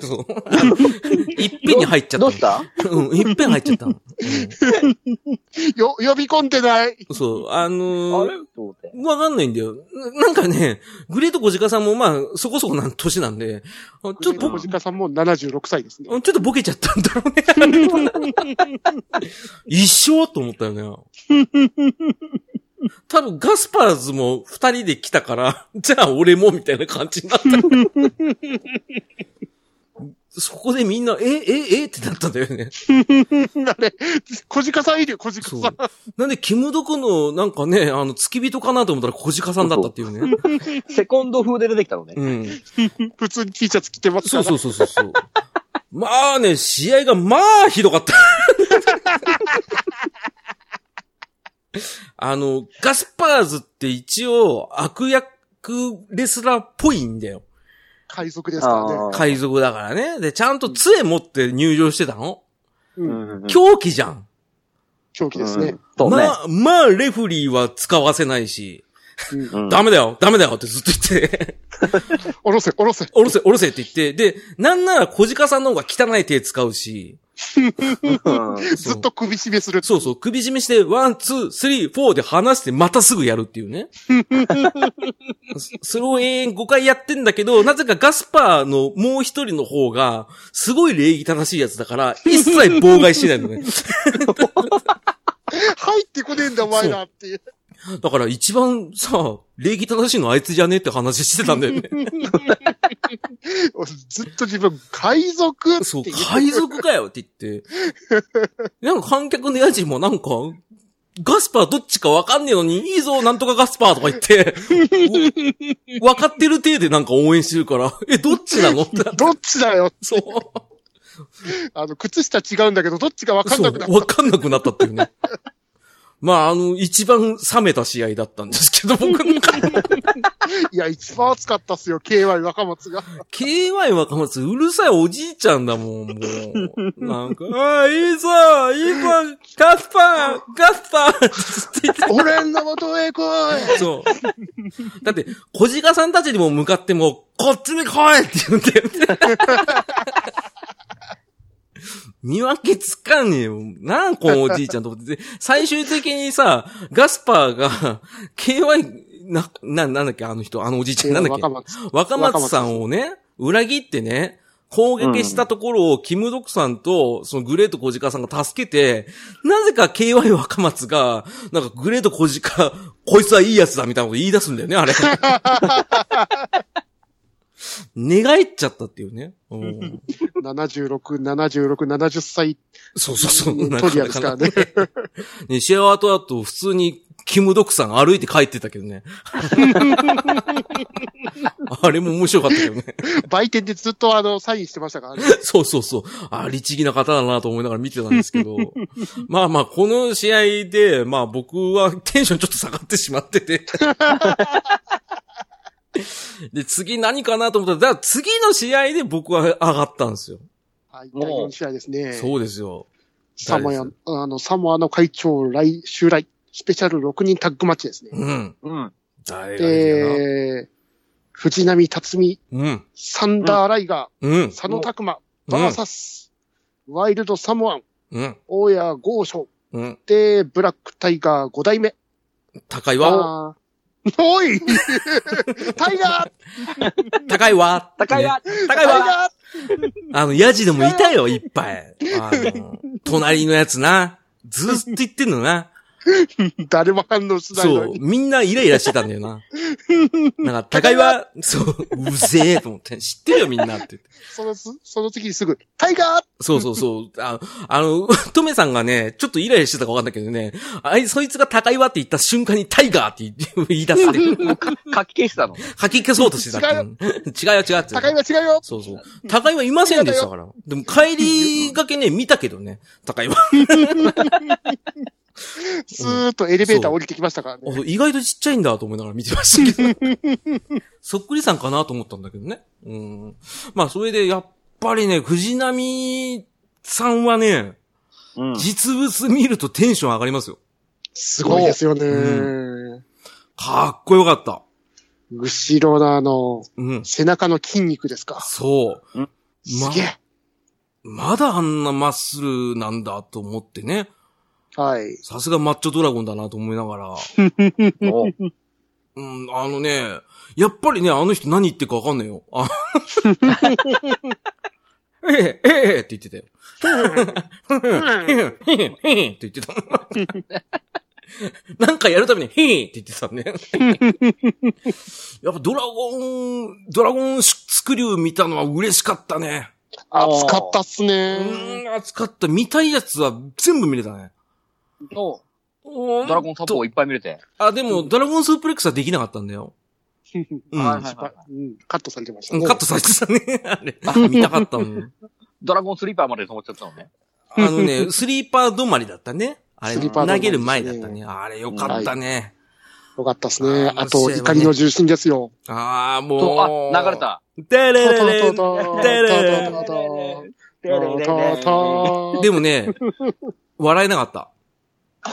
そう。いっぺんに入っちゃどうっしたた。うん。いっぺん入っちゃったの。うよ、呼び込んでないん、そう。ああのれー、と思って。わかんないんだよ。ななんかね、グレート小鹿さんもまあ、そこそこな年なんで、あちょっとグレーぼコジカさんも76歳ですね。うんちょっとボケちゃったんだろ うねあれは。一生と思ったよね。多分ガスパーズも二人で来たから、じゃあ俺もみたいな感じになった。そこでみんな、え、え、えってなったんだよね。あれ、小鹿さんいるよ、小鹿そさう。なんで、キムドクの、なんかね、あの、付き人かなと思ったら小鹿さんだったっていうね。セコンド風で出てきたのね。うん。ん。普通に T シャツ着てます かそうら。そうそうそうそう。まあね、試合がまあひどかった。 あの、ガスパーズって一応悪役レスラーっぽいんだよ。海賊ですからね。あー海賊だからね。で、ちゃんと杖持って入場してたの。うん。狂気じゃん。狂気ですね。そうね。まあ、まあ、レフリーは使わせないし、うんダメだよ、ダメだよってずっと言って、 おろせ、おろせ。おろせ、おろせって言って、で、なんなら小鹿さんの方が汚い手使うし、うんそうずっと首絞めする。そうそう、首絞めして、ワン、ツー、スリー、フォーで離して、またすぐやるっていうね。そそれを永遠5回やってんだけど、なぜかガスパーのもう一人の方が、すごい礼儀正しいやつだから、一切妨害しないのね。入ってこねえんだ、お前らっていう。だから一番さ、礼儀正しいのあいつじゃねって話してたんだよね。ずっと自分、海賊ってそう、言海賊かよって言って。なんか観客の家賃もなんか、ガスパーどっちかわかんねえのに、いいぞ、なんとかガスパーとか言 って、わ分かってる体でなんか応援してるから、え、どっちなのってどっちだよそう。あの、靴下違うんだけど、どっちかわかんそなうくな、った。わかんなくなったっていうね。まあ、あの、一番冷めた試合だったんです けど、僕の中で。いや、一番熱かったっすよ、KY 若松が。 KY 若松、うるさいおじいちゃんだもん、もう。なんか、ああ、いいぞいいぞガスパーガスパーって言って 俺の元へ来いそう。だって、小鹿さんたちにも向かっても、こっちに来いって言って。 見分けつかねえよ。なんこのおじいちゃんと思って。で最終的にさ、ガスパーが、KY、な、な、なんだっけ、あの人、あのおじいちゃん、 なんだっけ若、松。若松さんをね、裏切ってね、攻撃したところを、キムドクさんと、そのグレート小鹿さんが助けて、なぜか KY 若松が、なんかグレート小鹿、こいつはいいやつだみたいなこと言い出すんだよね、あれ。 寝返っちゃったっていうね。うん、 76、76、70歳そうそうそう。トリアですからね。 ね、試合は後々普通にキムドクさん歩いて帰ってたけど ね。あれも面白かったけどね。売店でずっとあの、サインしてましたからね。 そうそうそう。あ、律儀な方だなと思いながら見てたんですけど。 まあまあ、この試合で、まあ僕はテンションちょっと下がってしまってて。で、次何かなと思ったら、だから次の試合で僕は上がったんですよ。はい、もう第4試合ですね。そうですよ。サモア、あの、サモアの会長来、襲来、スペシャル6人タッグマッチですね。うん。うん。誰がいいかな。で、藤波辰巳、うん。サンダーライガうんー、。佐野拓馬、うバんー。サス、ワイルドサモアン、うん。大谷豪将、うん。で、ブラックタイガー5代目。高いわ。あーおいタイガー高いわ。高いわ、タ高イいガわーあの、ヤジでもいたよ、いっぱい。あの、隣のやつな。ずーっと言ってんのな。誰も反応しないそのう、に。みんなイライラしてたんだよ な。なんか、高いは、そう、うぜえと思って、知ってるよみんなって言って。そのす、その次にすぐ、タイガーそうそうそう。ああの、トメさんがね、ちょっとイライラしてたかわかんないけどね、あい、そいつが高いわって言った瞬間にタイガーって言って言い出して、 書き消したの。吐き消そうとしてた。違ううん違うよ、違うって。高いは違うよそうそう。高いはいませんでしたから。でも帰りがけね、見たけどね、高いは。スーッとエレベーター降りてきましたからあね。そう意外とちっちゃいんだと思いながら見てましたけど。そっくりさんかなと思ったんだけどね。うん。まあ、それでやっぱりね、藤波さんはね、うん。実物見るとテンション上がりますよ。すごいですよね。かっこよかった。後ろのあの、うん。背中の筋肉ですか。そう。すげえ。まだあんなマッスルなんだと思ってね。はい。さすがマッチョドラゴンだなと思いながら。おうん、あのね、やっぱりね、あの人何言ってるかわかんないよ。あええ、ええって言ってたよ。へえ、へえ、へえって言ってた。なんかやるために、へえって言ってたね。やっぱドラゴン、ドラゴンスクリュー見たのは嬉しかったね。熱かったっすうね。ん、熱かった。見たいやつは全部見れたね。おドドラゴンサポをいっぱい見れて。あ、でも、ドラゴンスープレックスはできなかったんだよ。うん。はいカはいはいうんカットされてましたね。ットされてたね。あれ。見たかったもん。ドラゴンスリーパーまで止まっちゃったのね。あのね、スリーパー止まりだったね。あれ、スリーパー止ま投りげですねる前だったね。あれ、よかったね。よかったですね。ああ試合はと、ね怒りの重心ですよ。ああ、ともう。あ、流れ。た。でトれれれトんトトテレレトトレレトトトでもね、笑えなかった。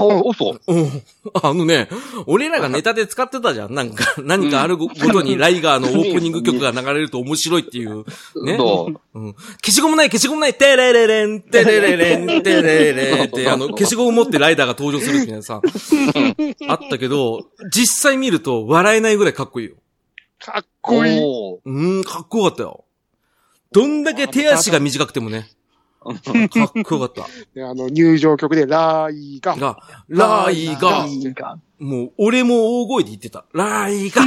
お、嘘。うん。あのね、俺らがネタで使ってたじゃん。なんか、何かあるごごとにライガーのオープニング曲が流れると面白いっていう。ね。そう。消しゴムない、消しゴムない、テレレレン、テレレレン、テレレレンって、 あの、消しゴム持ってライダーが登場するみたいなさ、あったけど、実際見ると笑えないぐらいかっこいいよ。かっこいい。おーうーん、かっこよかったよ。どんだけ手足が短くてもね、かっこよかっであの、入場曲で、ライた。が、が、ライが、いいかもう、俺も大声で言ってた。ライが、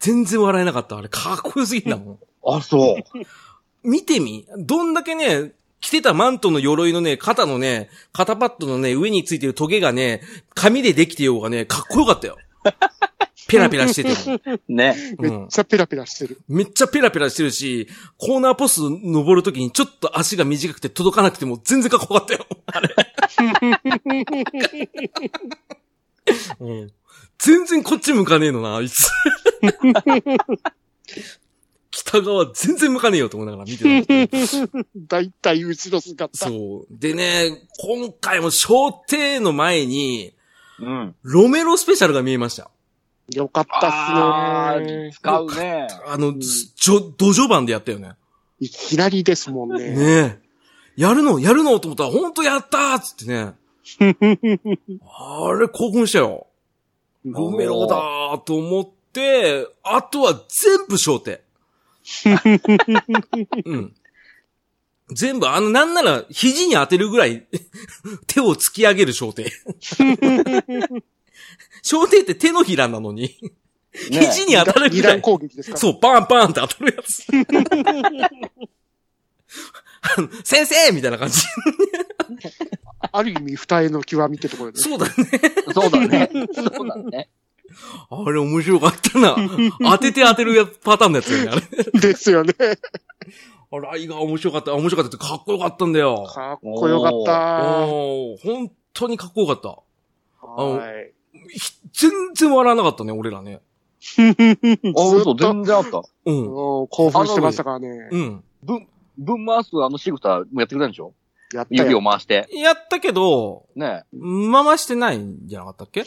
全然笑えなかった。あれ、かっこよすぎんだもん。あ、そう。見てみどんだけね、着てたマントの鎧のね、肩のね、肩パッドのね、上についてるトゲがね、紙でできてようがね、かっこよかったよ。ペラペラしてても。ね。めっちゃペラペラしてる。めっちゃペラペラしてるし、コーナーポスト登るときにちょっと足が短くて届かなくても全然かっこよかったよ。あれ。うん全然こっち向かねえのな、あい つ。北側全然向かねえよと思いながら見てたんですけど。だいたい後ろ姿。そう。でね、今回も商店の前に、うん。ロメロスペシャルが見えました。よかったっすね。使うね。あの、じょ、土壌版でやったよね。いきなりですもんね。ねえ。やるのやるのと思ったら、ほんとやったーっつって ね。あれ、興奮したよ。ロメロだーと思って、あとは全部商 店。うん。全部、あの、なんなら、肘に当てるぐらい、 手を突き上げる小 艇。小艇って手のひらなのに、ね肘に当たるぐ二ら段い、攻撃ですかそう、バンバンって当たるや つ。あの先生みたいな感じ。ある意味、二重の極みってところです。そうだね。そうだ ね。そうだね。あれ面白かった な。当てて当てるやつパターンのやつよね、あれ。ですよね。あライが面白かった。面白かったってかっこよかったんだよ。かっこよかっおー本当にかっこよかった。た。おはい。ひ全然笑わなかったね、俺らね。あ、ず嘘、っと全然あった。うん。もう興奮してましたからね。うん。ぶ、ぶん回すあのシグタもやってくれたんでしょやった指よを。回して。やったけど、ね。回してないんじゃなかったっけ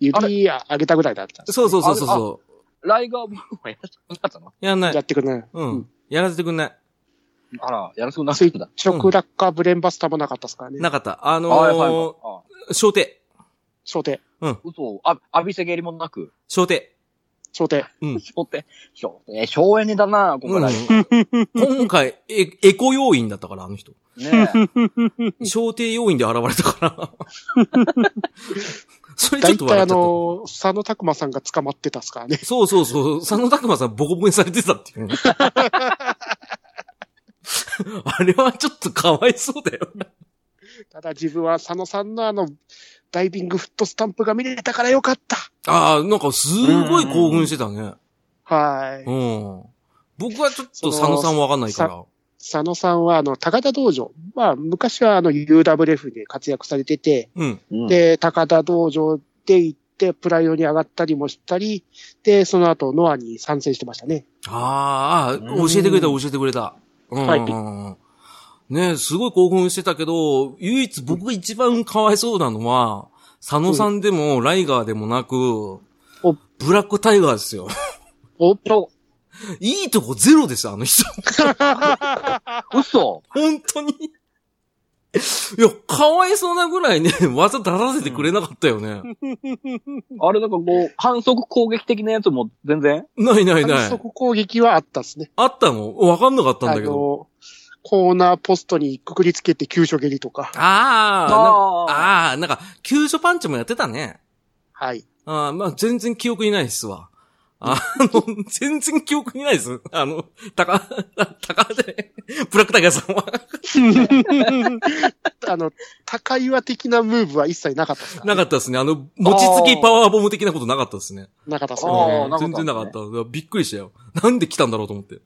指上げたぐらいだった。そうそうそうそうそライガーブームはやらせてなかったのう。やんないや。ってくれない。ううんん。やらせてくんない。あら、やらせてなかスっイたんだッ。チョクラッカーブレンバスターもなかったですからね。なかった。ああのあ、やばいやばいー、。あ小手。小手、嘘、あ、浴びせ蹴りもなく。小手。小手。うん。小手、小手、省エネだな、今回。うん今回、えエコ要員だったから、あの 人。ね小手要員で現れたから。 それちだょっいとたい笑あっちゃっの、佐野拓馬さんが捕まってたっすからね。 た。そうそうそう。佐野拓馬さんボコボコにされてたって いうね。あれはちょっとかわいそうだよ。ただ自分は佐野さんのあの、ダイビングフットスタンプが見れたからよかった。ああ、なんかすごい興奮してたね。はい。うん。僕はちょっと佐野さんわかんないから。佐野さんはあの、高田道場。まあ、昔はあの、UWF で活躍されてて、うん。うんで、高田道場で行って、プライドに上がったりもしたり、で、その後、ノアに参戦してましたね。あーあー、教えてくれた、教えてくれた。うん。はいねえすごい興奮してたけど、唯一僕が一番かわいそうなのは、佐野さんでも、ライガーでもなく、ブラックタイガーですよ。 おいいとこゼロです、あの人。嘘本当に。いや、かわいそうなぐらいね、 技出させてくれなかったよね。あれなんかこう、反則攻撃的なやつも全然ないないな反い。則攻撃はあったですね。あったのわかんなかったんだあけど。の、コーナーポストにくくりつけて急所蹴りとか。ああ、あああー、なんか、救助パンチもやってたね。はい。ああ、まあ、全然記憶にないっすわ。あの、全然記憶にないです。あの、高、高で、ブラックタイガーさんは。 あの、高岩的なムーブは一切なかったですからなかったですね。あの、餅つきパワーボム的なことなかったですね。なかったですあね。うーんなかった全然なかった。びっくりしたよ。なんで来たんだろうと思って。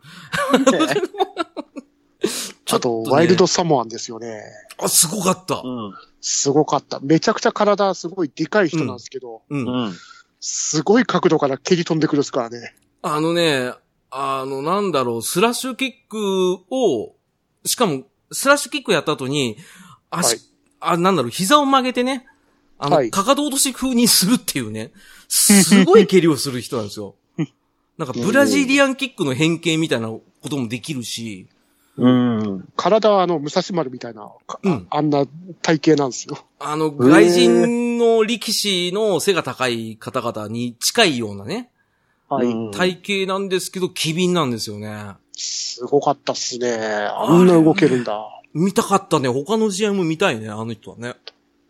ちょあっとと、ねワイルドサモアンですよね。あ、すごかった。うん。すごかった。めちゃくちゃ体すごいでかい人なんですけど、うん。うん。すごい角度から蹴り飛んでくるですからね。あのね、あの、なんだろう、スラッシュキックを、しかも、スラッシュキックやった後に、足、はいあ、なんだろう、膝を曲げてね、あの、はいかかと落とし風にするっていうね、すごい蹴りをする人なんです よ。なんか、ブラジリアンキックの変形みたいなこともできるし、うん。体はあの、武蔵丸みたいな、かうんあんな体型なんですよ。あの、外人の力士の背が高い方々に近いようなね、はいうん体型なんですけど、機敏なんですよね。すごかったっすね。あんな動けるんだ。見たかったね。他の試合も見たいね、あの人はね。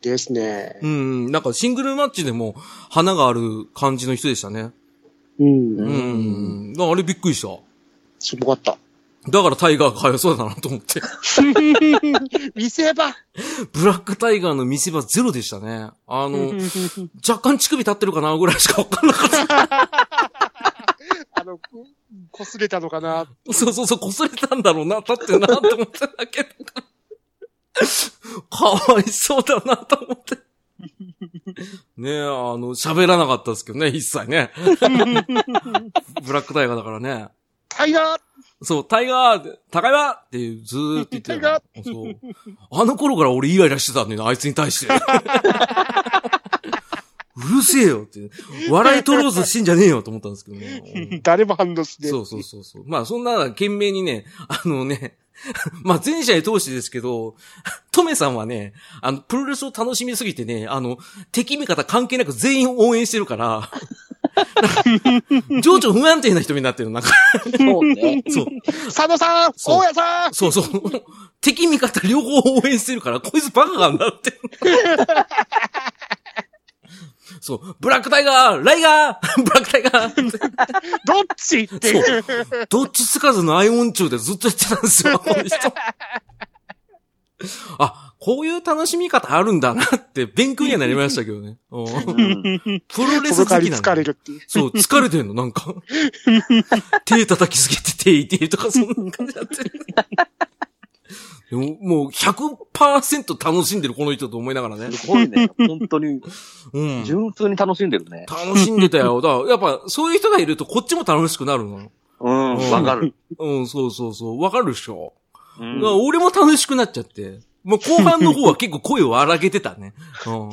ですね。うん、なんかシングルマッチでも花がある感じの人でしたね。ううん。んん。だからあれびっくりした。すごかった。だからタイガーかよそうだなと思って。 見せ場ブラックタイガーの見せ場ゼロでしたね。あの、若干乳首立ってるかなぐらいしかわかんなかっ あの、こ擦れたのかなた。 そうそうそう、擦れたんだろうな、立ってるなって思っただけど。かわいそうだなと思って。 ねえ、あの、喋らなかったですけどね、一切ね。 ブラックタイガーだからね。タイガーそう、タイガー、高岩っていう、ずーっと言ってたよ。そう。あの頃から俺イライラしてたんだよな、あいつに対して。 うるせえよって。笑い取ろうとしてんじゃねえよと思ったんですけどね。うん誰も反応しねえそうそうそうそう。まあそんな、懸命にね、あのね、まあ前者へ通してですけど、トメさんはね、あの、プロレスを楽しみすぎてね、あの、敵味方関係なく全員応援してるから、情緒不安定な人になってる、なんか。そうね。そう。佐野さんそう大 家さんそうそう。敵味方両方応援してるから、こいつバカなんだって。そう。ブラックタイガーライガー ブラックタイガーどっちっていう。どっちつかずのアイオン中でずっと言ってたんですよ、この人。あ、こういう楽しみ方あるんだなって勉強にはなりましたけどね。うんうん。プロレス好その代わきりなん疲だれ。るっていう。そう、疲れてんの、なん か。手叩きすぎて手痛いとか、そんな感じやってる。でも、もう100%楽しんでる、この人と思いながらね。すごいね。本当に、うん。純粋に楽しんでるね。楽しんでたよ。だから、やっぱ、そういう人がいると、こっちも楽しくなるの。うん。わかる。うん、そうそうそう。わかるでしょ。うだから俺も楽しくなっちゃって。まあ、後半の方は結構声を荒げてたね。うん。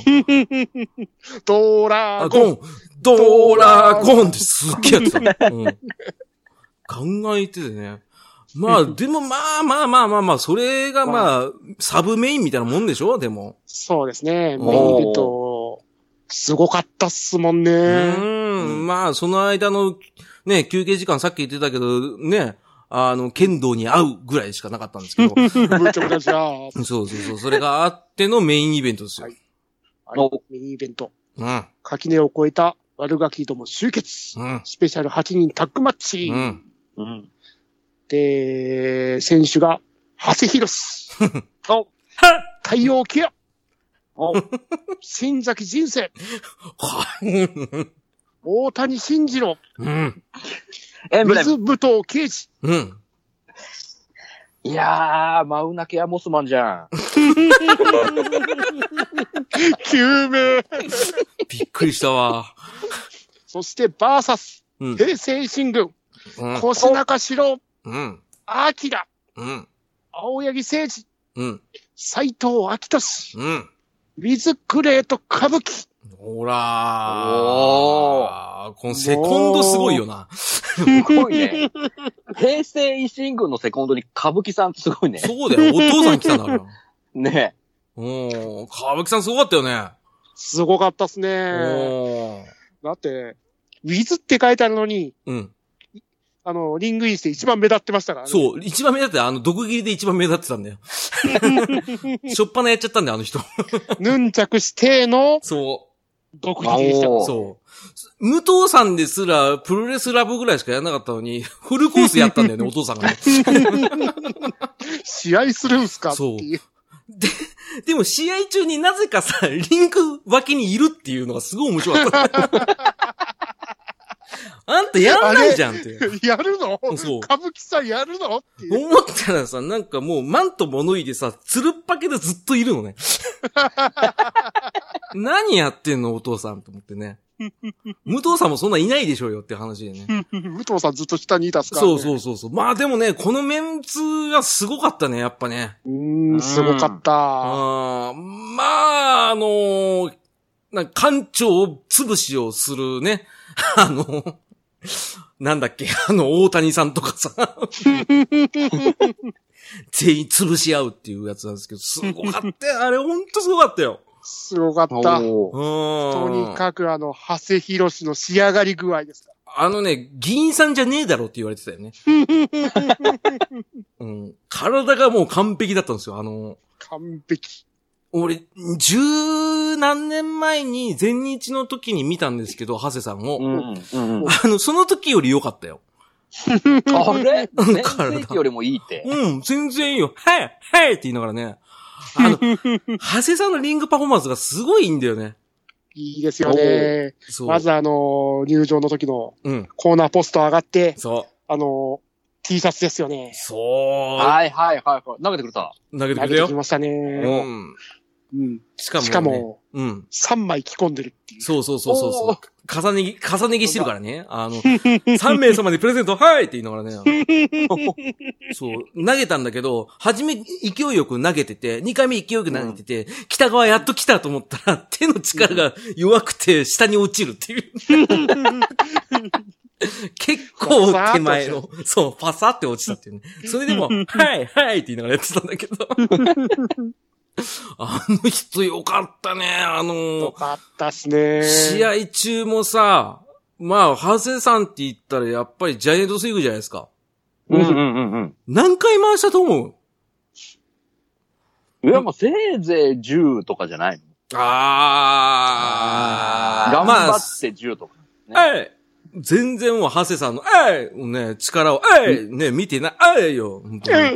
ドーラあ、ーゴゴン。ン、ドーラーゴンってすっげえやってた。うん。 考えててね。まあ、でもまあまあまあまあまあ、それがまあ、サブメインみたいなもんでしょでも。そうですね。おーメインイベント、すごかったっすもんうね。ーん。まあ、その間の、ね、休憩時間さっき言ってたけど、ね、あの、剣道に会うぐらいしかなかったんです けど。ぶっちゃけじゃ あ。そうそうそう。それがあってのメインイベントですよ。はいあおれメインイベント。うん。垣根を越えた悪ガキども集結。うん。スペシャル8人タッグマッチ。うん。 うん。で、選手が、長谷博士、お太陽清、お新崎人生、はい。大谷慎次郎、うん。エンブレム。水武藤敬司。うん。いやー、マウナケアモスマンじゃん。救命びっくりしたわ。そして、バーサス、うん。平成新軍、うん。越中四郎、うん。アキラ、うん。青柳誠司、うん。斎藤明俊、うん。ウィズ・クレート・歌舞伎。ほらー。このセコンドすごいよな。すごいね。平成維新軍のセコンドに歌舞伎さんってすごいね。そうだよ。お父さん来たんだから。 ねうん。歌舞伎さんすごかったよね。すごかったっすね。おーだって、ウィズって書いてあるのに、うん。あの、リングインして一番目立ってましたからね。そう。一番目立って、あの、毒斬りで一番目立ってたんだ よ。しょっぱなやっちゃったんだよ、あの人。ヌンチャクしてのそ独自でした。う。そう。武藤さんですら、プロレスラブぐらいしかやらなかったのに、フルコースやったんだよ ね、お父さんがね。試合するんすかっていう。で、でも試合中になぜかさ、 リンク脇にいるっていうのがすごい面白かった。あんたやんないじゃんって。やるのそう歌舞伎さんやるのっていう。思ったらさ、なんかもうマントも脱いでさ、つるっぱけでずっといるのね。何やってんのお父さんと思ってね。武藤さんもそんないないでしょうよって話でね。武藤さんずっと下にいたっすから、ね。そうそうそうそう。まあでもね、このメンツがすごかったね、やっぱね。う。うーん、すごかった。あーまあ、あのーなんか館長を潰しをするね、 あの、なんだっけ、あの、大谷さんとかさ、全員潰し合うっていうやつなんですけど、すごかったよ。あれ、ほんとすごかったよ。すごかった。おーととにかくあの、長谷博士の仕上がり具合ですか。あのね、議員さんじゃねえだろって言われてたよね。うん、体がもう完璧だったんですよ。あの、完璧。俺、十何年前に全日の時に見たんですけど、長谷さんを。うんうんうんあの、その時より良かったよ。あれ全体盛期よりもいいって。うん、全然いいよ。はいはいって言いながらね。あ の、長谷さんのリングパフォーマンスがすごいいいんだよね。いいですよね。そう。まずあの、入場の時のうん。コーナーポスト上がって、そう。あの、T シャツですよね。そはいはいはいはい。投げてくれた。う。投げて投くれげてよき。ましたうね。ん。うん。しかも、ね。しかも、うん。 3枚着込んでるっていう。そうそうそうそうおそう。重ね着、重ね着してるからね。あの、3名様にプレゼント、はいって言いながらね。 そう、投げたんだけど、初め勢いよく投げてて、2回目勢いよく投げてて、北側やっと来たと思ったら、手の力が弱くて下に落ちるっていう。 結構手前の、そう、パサって落ちたっていうね。それでも、はい、はいって言いながらやってたんだけど。 あの人よかったね、あのよかったっすね。試合中もさ、まあ、ハセさんって言ったらやっぱりジャイアントスイングじゃないですか。うんうんうんうん。何回回したと思ういや、もうせいぜい10とかじゃないのあ頑ま張あって10とか。えい全然もう、ハセさんの、えいね、力を、えいね、見てない、えいよ。本当にあれ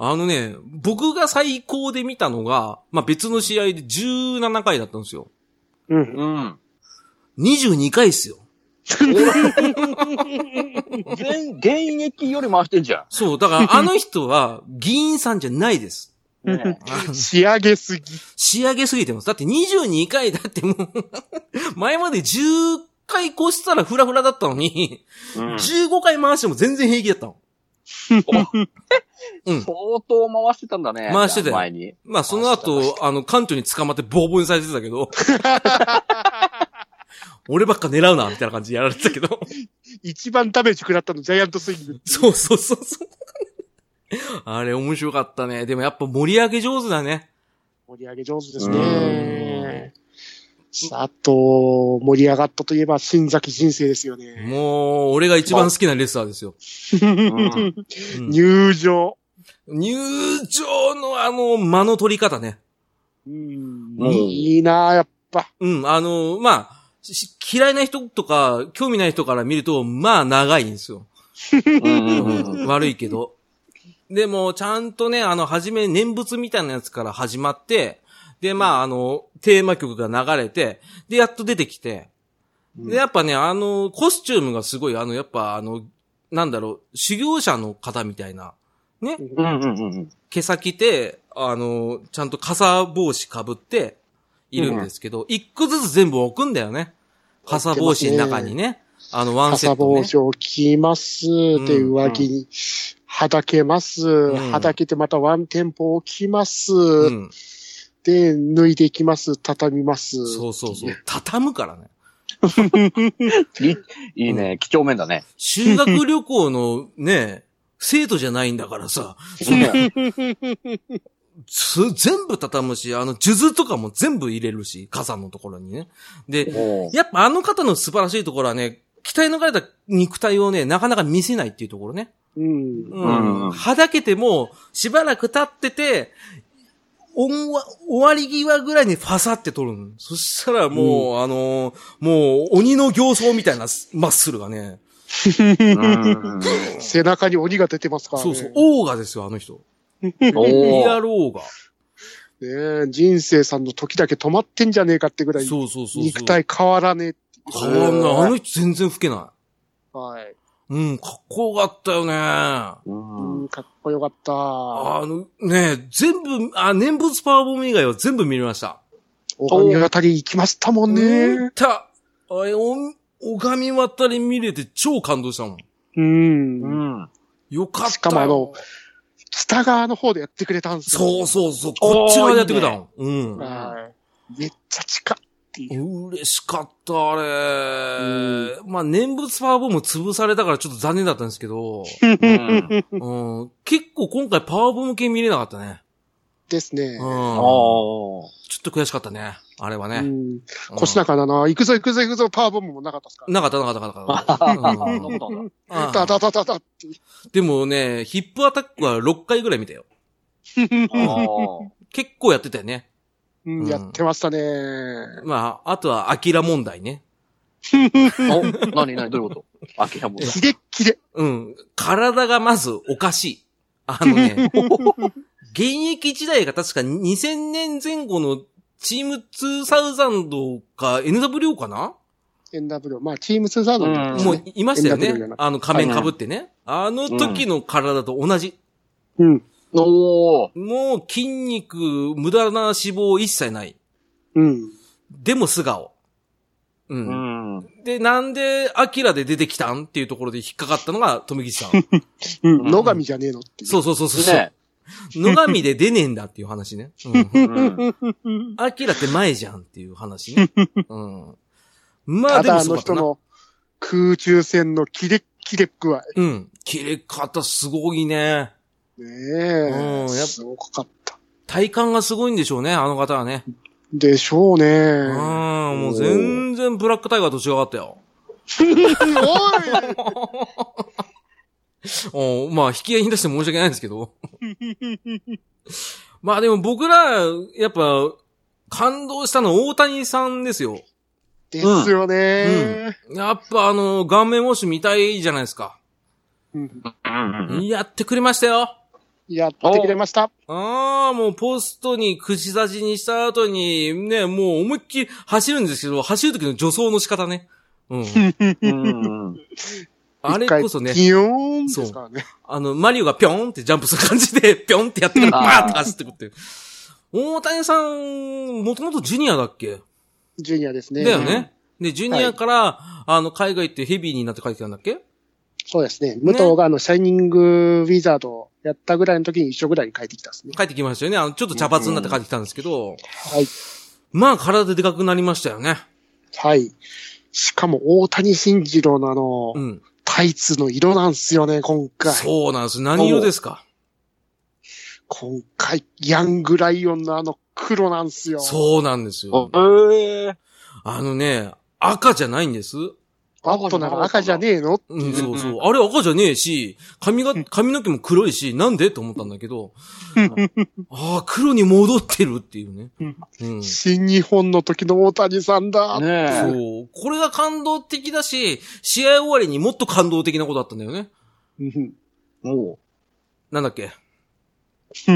あのね、僕が最高で見たのが、まあ別の試合で17回だったんですよ。うん。 うん。 22回っすよ。全、現役より回してんじゃそう、だからあの人 は、議員さんじゃないです。ん。ね仕上げすぎ。仕上げすぎてます。だって22回だってもう、 前まで10回越したらフラフラだったのに、えうん15回回しても全然平気だったの。うん。相当回してたんだね。回してたよ前に。まあその後、あの、館長に捕まってボーボーにされてたけど、俺ばっか狙うな、みたいな感じでやられてたけど。一番ダメージ食らったのジャイアントスイング。そうそうそうそう。あれ面白かったね。でもやっぱ盛り上げ上手だね。盛り上げ上手ですね。さああと、盛り上がったといえば、新崎人生ですよね。もう、俺が一番好きなレスラーですよ。うんうん入場。入場のあの、間の取り方ね。うんうんいいなあやっぱ。うん、あの、まあ、し嫌いな人とか、興味ない人から見ると、まあ、長いんですよ。うんうんうん悪いけど。でも、ちゃんとね、あの、はじめ、念仏みたいなやつから始まって、で、まあ、あの、テーマ曲が流れて、で、やっと出てきて、で、やっぱね、あの、コスチュームがすごい、あの、やっぱ、あの、なんだろう、修行者の方みたいな、ね、うんうんうんうん。毛先で、あの、ちゃんと傘帽子かぶっているんですけど、一、個ずつ全部置くんだよね。傘帽子の中にね。あの、ワンセ朝ット、帽ね。子を着ます。で、うん上着に、はだけます。んはだけてまたワンテンポ置きます。うん。で、脱いでいきます。畳みます。そうそうそう。畳むからね。いいね。貴重面だね。修学旅行のね、 生徒じゃないんだからさ、そんなす全部畳むし、あの、数珠とかも全部入れるし、傘のところにね。で、おーやっぱあの方の素晴らしいところはね、鍛え抜かれた肉体をね、なかなか見せないっていうところね。うん。うん。うんはだけても、しばらく経ってて、おんわ、終わり際ぐらいにファサって取るの。そしたらもう、あのーもう、鬼の形相みたいなマッスルがね。うん背中に鬼が出てますからそね。うそう、オーガですよ、あの人。リおアールオーガ。ねえ人生さんの時だけ止まってんじゃねえかってぐらい、そうそうそうそう。肉体変わらねえ。変わんない。あの人全然老けなはい。い。うん、かっこよかったよね。あうん。うん、かっこよかった。の、ね全部、あ、念仏パワーボム以外は全部見れました。お神渡り行きましたもん見ね。た。あれ、お、おがみ渡り見れて超感動したもん。うん。うん。よかったよ。しかもあのスタ側の方でやってくれたんですよ。そうそうそう、こっち側でやってくれたもん。うん。はい。めっちゃ近い。嬉しかった、あれ。まあ、念仏パワーボム潰されたからちょっと残念だったんですけ ど、うん。うん、結構今回パワーボム系見れなかったね。ですうん。ねち。あょーっと悔しかったね。あれはうね。ん。うん腰中だな。行くぞ行くぞ行くぞ、パワーボムもなかったですかなかったなかったなか ったなかった。うんそうなんだあダダダダダって。でもね、ヒップアタックは6回ぐらい見たよ。あ結構やってたよね。うんうんやってましたね。まあ、あとはアキラ問題ね。ー。お、なになにどういうこと秋葉も。キレッキレ。うん。体がまずおかしい。あの ね、現役時代が確か2000年前後のチーム2000か NW かな NW。まあ、チーム2ザードうの。んもういましたよ NW じゃねな。くあの仮面被ってね。あの時の体と同じ。うん。おー。もう筋肉、無駄な脂肪一切ない。うん。でも素顔。う。うんん。で、なんで、アキラで出てきたんっていうところで引っかかったのが、富木さ ん。うん。野上じゃねえのっていう。そうそうそうそうそう。ね野上で出ねえんだっていう話ね。うんうん。アキラって前じゃんっていう話ね。うん。まあたでだもあすごのかった人な。の空中戦のキレッキレ具合。うん。切れ方すごいね。ねうんやっえ。ぱすごかった。体感がすごいんでしょうね、あの方はね。でしょうね。うん。 もう全然ブラックタイガーと違かったよ。おうん。まあ、引き合いに出して申し訳ないんですけど。まあでも僕ら、やっぱ、感動したのは大谷さんですよ。いですよね。やっぱあの、顔面ウォッシュ見たいじゃないですか。うんうん。やってくれましたよ。やってくれました。ああ、もうポストに口差しにした後に、ね、もう思いっきり走るんですけど、走る時の助走の仕方ね。 うん。うん。あれこそね一回、ギヨーンですからね。あの、マリオがぴょんってジャンプする感じで、 ぴょんってやってからバーって走ってくっていう。大谷さん、もともとジュニアだっけジュニアですね。だよね。で、ジュニアから、あの、海外行ってヘビーになって帰ってきたんだっけそうですね。武藤があの、シャイニングウィザードをやったぐらいの時に一緒ぐらいに帰ってきたんですね。帰ってきましたよね。あの、ちょっと茶髪になって帰ってきたんですけど、はい。まあ、体でかくなりましたよね。はい。しかも、大谷慎二郎のあの、うん。タイツの色なんですよね、今回。そうなんです。何色ですか今回、ヤングライオンのあの黒なんですよ。う。そうなんですよ。ええ。あのね、赤じゃないんです。バットなら赤じゃねえのうん、んそうそう。あれ赤じゃねえし、髪が、髪の毛も黒いし、なんでと思ったんだけど、ああ、黒に戻ってるっていうね。うん。そ新日本の時の大谷さんだ。ねえ。う。これが感動的だし、試合終わりにもっと感動的なことあったんだよね。うんもう。なんだっけ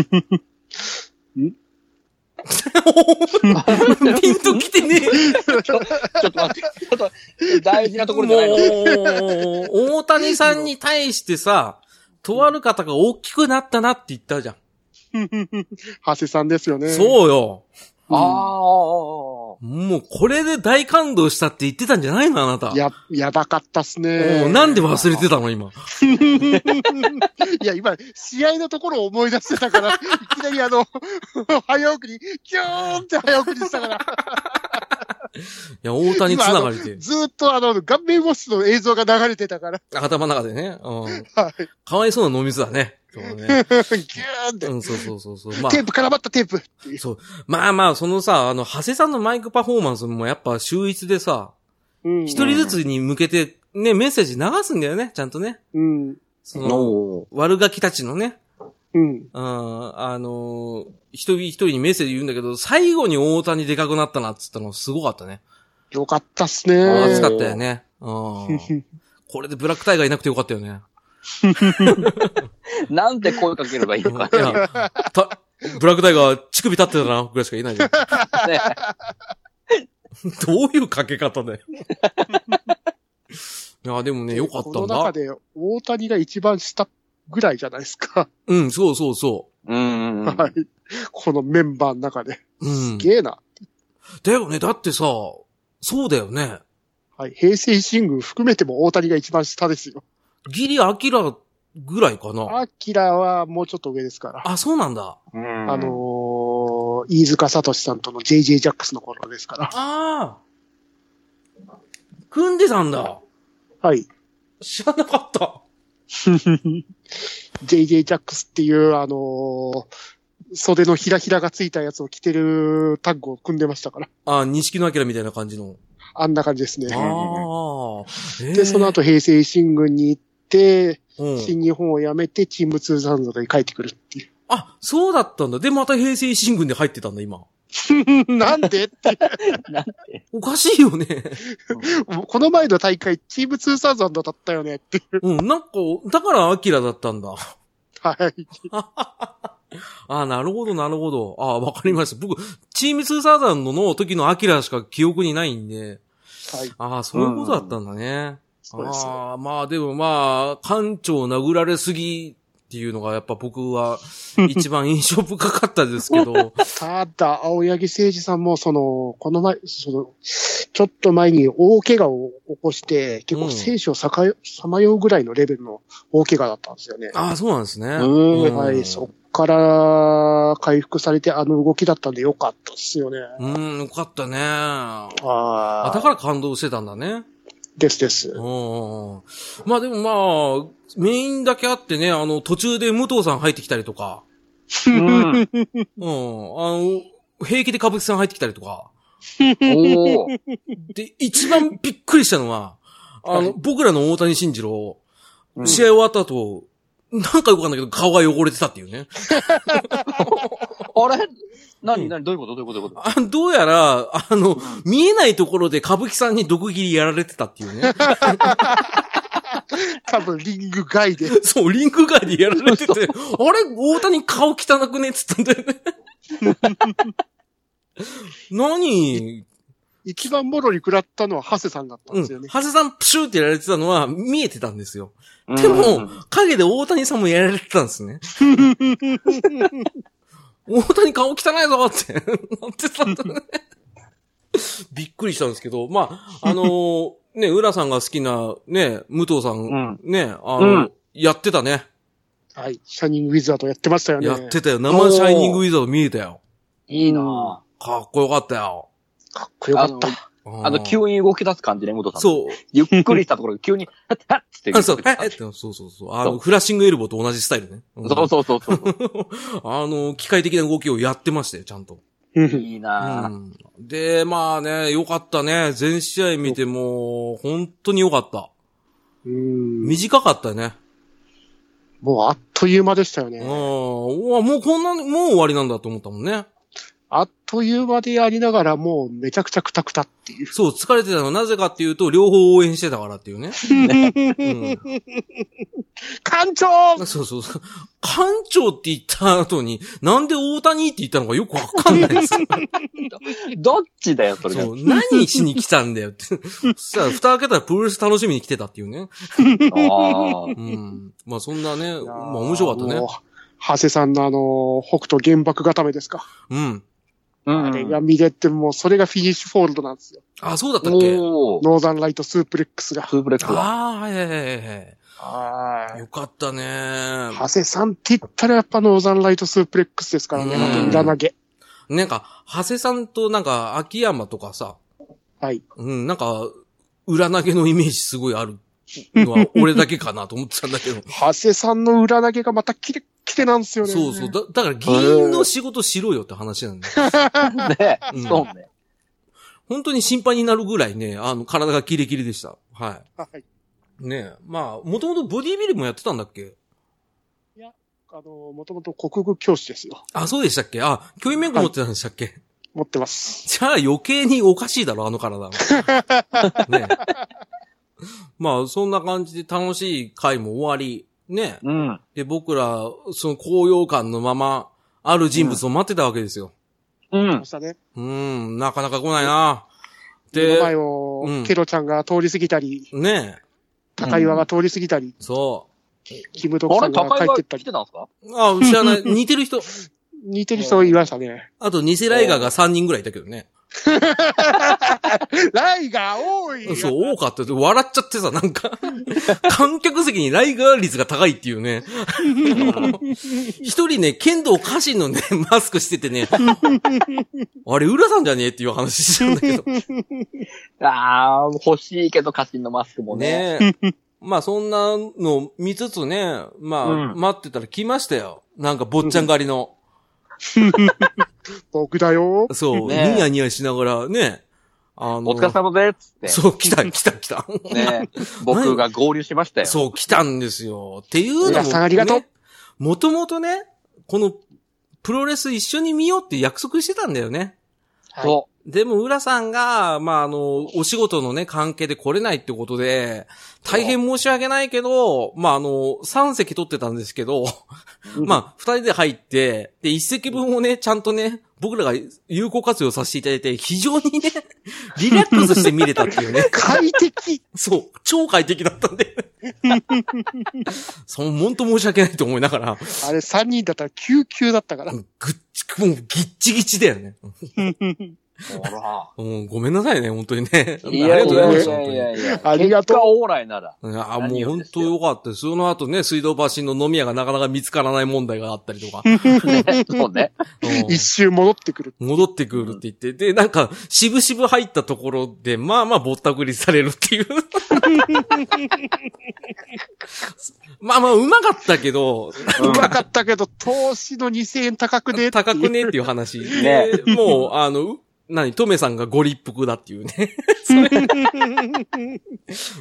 んピンときてねえ。ちょっと待って。ちょっと、大事なところじゃないのもう、大谷さんに対してさ、とある方が大きくなったなって言ったじゃん。長谷さんですよね。う。そうよ。ああ。もうこれで大感動したって言ってたんじゃないのあなた。や、やばかったっすもね。うなんで忘れてたの今。いや、今、試合のところを思い出してたから、いきなりあの、 早送り、キューンって早送りしたから、いや、大谷つながりで。ずーっとあの、顔面ウォッシュの映像が流れてたから、頭の中でね。うん。はい。ギかわいそうな脳みそだね。そうね。ューンって、うん、そうそうそうそう。まあテ、ープ絡まったテープっていう。まあまあ、そのさ、あの、長谷さんのマイクパフォーマンスもやっぱ秀逸でさ、うん一人ずつに向けて、ね、メッセージ流すんだよね、ちゃんとね。うん。その、悪ガキたちのね、うん。うん、あのー一人一人にメッセージ言うんだけど、最後に大谷でかくなったなっつったのすごかったね。よかったっすね。あ熱暑かったよね。うん。 これでブラックタイガーいなくてよかったよね。なんて声かければいいいのかね。や、 た、ブラックタイガー乳首立ってたな、ぐらいしか言えないじゃん。どういうかけ方だよ。いや、でもね、よかっこたんの中だ。で大谷が一番下ぐらいじゃないですか。うん、そうそうそうん。うんはい。このメンバーの中で。う。うん。ゲーな。だよね、だってさ、そうだよね。はい。平成新宮含めても大谷が一番下ですよ。ギリアキラぐらいかな。アキラはもうちょっと上ですから。あ、そうなんだ。うんあ、のー、飯塚聡さんとの JJ ジャックスの頃ですから。ああ。組んでたんだ。はい。知らなかった。 JJ ジャックスっていう、あのー袖のひらひらがついたやつを着てるタッグを組んでましたから。あ、錦野明みたいな感じの。あんな感じですね。あ あ。えで、その後平成新軍に行って、うん。新日本を辞めて、チーム2サンドで帰ってくるっていあ、そうだったんだ。で、また平成新軍で入ってたんだ、今。う。 なんでって、おかしいよ ね。この前の大会、チーム2サンドだったよねっていう。うん、なんか、だからアキラだったんだ。はい。あ、なるほど、なるほど。あ、わかりました。僕、チーム2サザンドの時のアキラしか記憶にないんで。はい。あ、そういうことだったんだね。そうですね。ああ、まあでもまあ、館長殴られすぎっていうのがやっぱ僕は一番印象深かったですけ ど。ただ、青柳誠二さんも、その、この前、その、ちょっと前に大怪我を起こして、結うん構生死をさかよさまようぐらいのレベルの大怪我だったんですよね。ああ、そうなんですね。うんはい、そっから回復されて、あの動きだったんでよかったですよね。うん、よかったね。ああだから感動してたんだね。ですですう。ん。まあでもまあ、メインだけあってね、あの、途中で武藤さん入ってきたりとか、うん。うん、あの、平気で歌舞伎さん入ってきたりとか。おーで、一番びっくりしたのは、あの、はい僕らの大谷慎次郎、うん試合終わった後、なんかよくわかんないけど顔が汚れてたっていうね。あれ何何どういうことどういうことどういうこあどうやら、あの、見えないところで歌舞伎さんに毒斬りやられてたっていうね。多分リング外で。そう、リンク外でやられてて、あれ大谷顔汚くねっつったんだよね。何一番もろに食らったのはハセさんだったんうでん。すよね。長谷さんプシューってやられてたのは見えてたんですよ。とでも、うん影で大谷さんもやられてたん ですね。大谷顔汚いぞって、なってたんだね。びっくりしたんですけど、まあ、あのーね、浦さんが好きな、ね、武藤さ、うんん。ね、あの、うんやってたね。はい。シャニングウィザードやってましたよね。やってたよ。生シャイニングウィザード見えたよ。いいなかっこよかったよ。かっこよかあっのた。、ああの、急に動き出す感じね、元さん。う。そう。ゆっくりしたところで急に、 はっはっつって。あそう、ええって、そうそうそう。あの、フラッシングエルボーと同じスタイルね。うんそうそうそうそう。あの、機械的な動きをやってましたよ、ちゃんと。。うんいいうなんで、まあね、よかったね。全試合見ても、本当によかった。うん。短かったね。もうあっという間でしたようねん。。うわ、もうこんな、もう終わりなんだと思ったもんね。あっという間でやりながら、もうめちゃくちゃくたくたっていう。そう、疲れてたのはなぜかっていうと、両方応援してたからっていうね。う艦長ん、そうそうそう。館長って言った後に、なんで大谷って言ったのかよくわかんないです。どっちだよ、それが。そおう、何しに来たんだよって。そしたら、蓋開けたらプロレス楽しみに来てたっていうね。ーうん。まあそんなね、まあ面白かったねも。う長谷さんのあの、北斗原爆固めですか。うん。うあれん。が見れて、もうそれがフィニッシュフォールドなんですよ。あ、そうだったっけおー。ノーザンライトスープレックスが。ツーブレックだ。ああ、はいはいはいはいはい。よかったね。長谷さんって言ったらやっぱノーザンライトスープレックスですからね。うんあと裏投げ。なんか、長谷さんとなんか、秋山とかさ、はい。うん、なんか、裏投げのイメージすごいあるのは、俺だけかなと思ってたんだけど。長谷さんの裏投げがまたキレッキレなんですよね。そうそう。だ、だから、議員の仕事しろよって話なんだよ。ねうんそうね。本当に心配になるぐらいね、あの、体がキレキレでした。ははい。い。ねえ。まあ、もともとボディビルもやってたんだっけあの、もともと国語教師ですよ。あ、そうでしたっけあ、教員免許持ってたんでしたっけ、持ってます。じゃあ余計におかしいだろ、あの体は。ねえまあ、そんな感じで楽しい回も終わり。ねえ。うん。で、僕ら、その高揚感のまま、ある人物を待ってたわけですよ。うまん。したね。うん、なかなか来ないな。目での、前うをん、ケロちゃんが通り過ぎたり、ねえ、高岩が通り過ぎたり、そキムドクあされ、んが高帰井っがてっ来たてり。たんですかう。あ、知らない。似てる人。似てる人いましたね。あと、偽ライガーが3人ぐらいいたけどね。ライが多いそう、多かったよ。笑っちゃってさ、なんか、観客席にライガー率が高いっていうね。一人ね、剣道家臣のね、マスクしててね、あれ、浦さんじゃねえっていう話してたんだけど。ああ、欲しいけど、家臣のマスクもね。ねえ。まあ、そんなの見つつね、まあ、うん待ってたら来ましたよ。なんか、坊っちゃん狩りの。僕だよ。そう、ねえニヤニヤしながらね、あの、お疲れ様ですっそう、来た、来た、来た。て。ね。 僕が合流しましたよ。そう、来たんですよ。っていうの皆も、さんありがとうね。もともとね、この、プロレス一緒に見ようって約束してたんだよね。そでも、浦さんが、まあ、あの、お仕事のね、関係で来れないってことで、大変申し訳ないけど、まあ、あの、3席取ってたんですけど、まあ、2人で入って、で、1席分をね、ちゃんとね、僕らが有効活用させていただいて、非常にね、リラックスして見れたっていうね。快適そう、超快適だったん で。そう、ほんと申し訳ないと思いながら、あれ3人だったら救急だったからぐ。っち、もうぎっちぎちだよね。う。ほら。うん、ごめんなさいね、本当にね。いやいやい本や当いにやいや。ありがとう結果オーライ なら。うんあもう何より本です当よよかったです。その後ね、水道橋の飲み屋がなかなか見つからない問題があったりとか、ねそうね。うん一周戻ってくる。戻ってくるって言って、で、なんか、渋々入ったところで、まあまあぼったくりされるっていう。 まあまあ、うまかったけど、 うまかったけど、投資の2000円高くねっていう高くねっていう話。ねで、もう、あの、う何トメさんがご立腹だっていうね。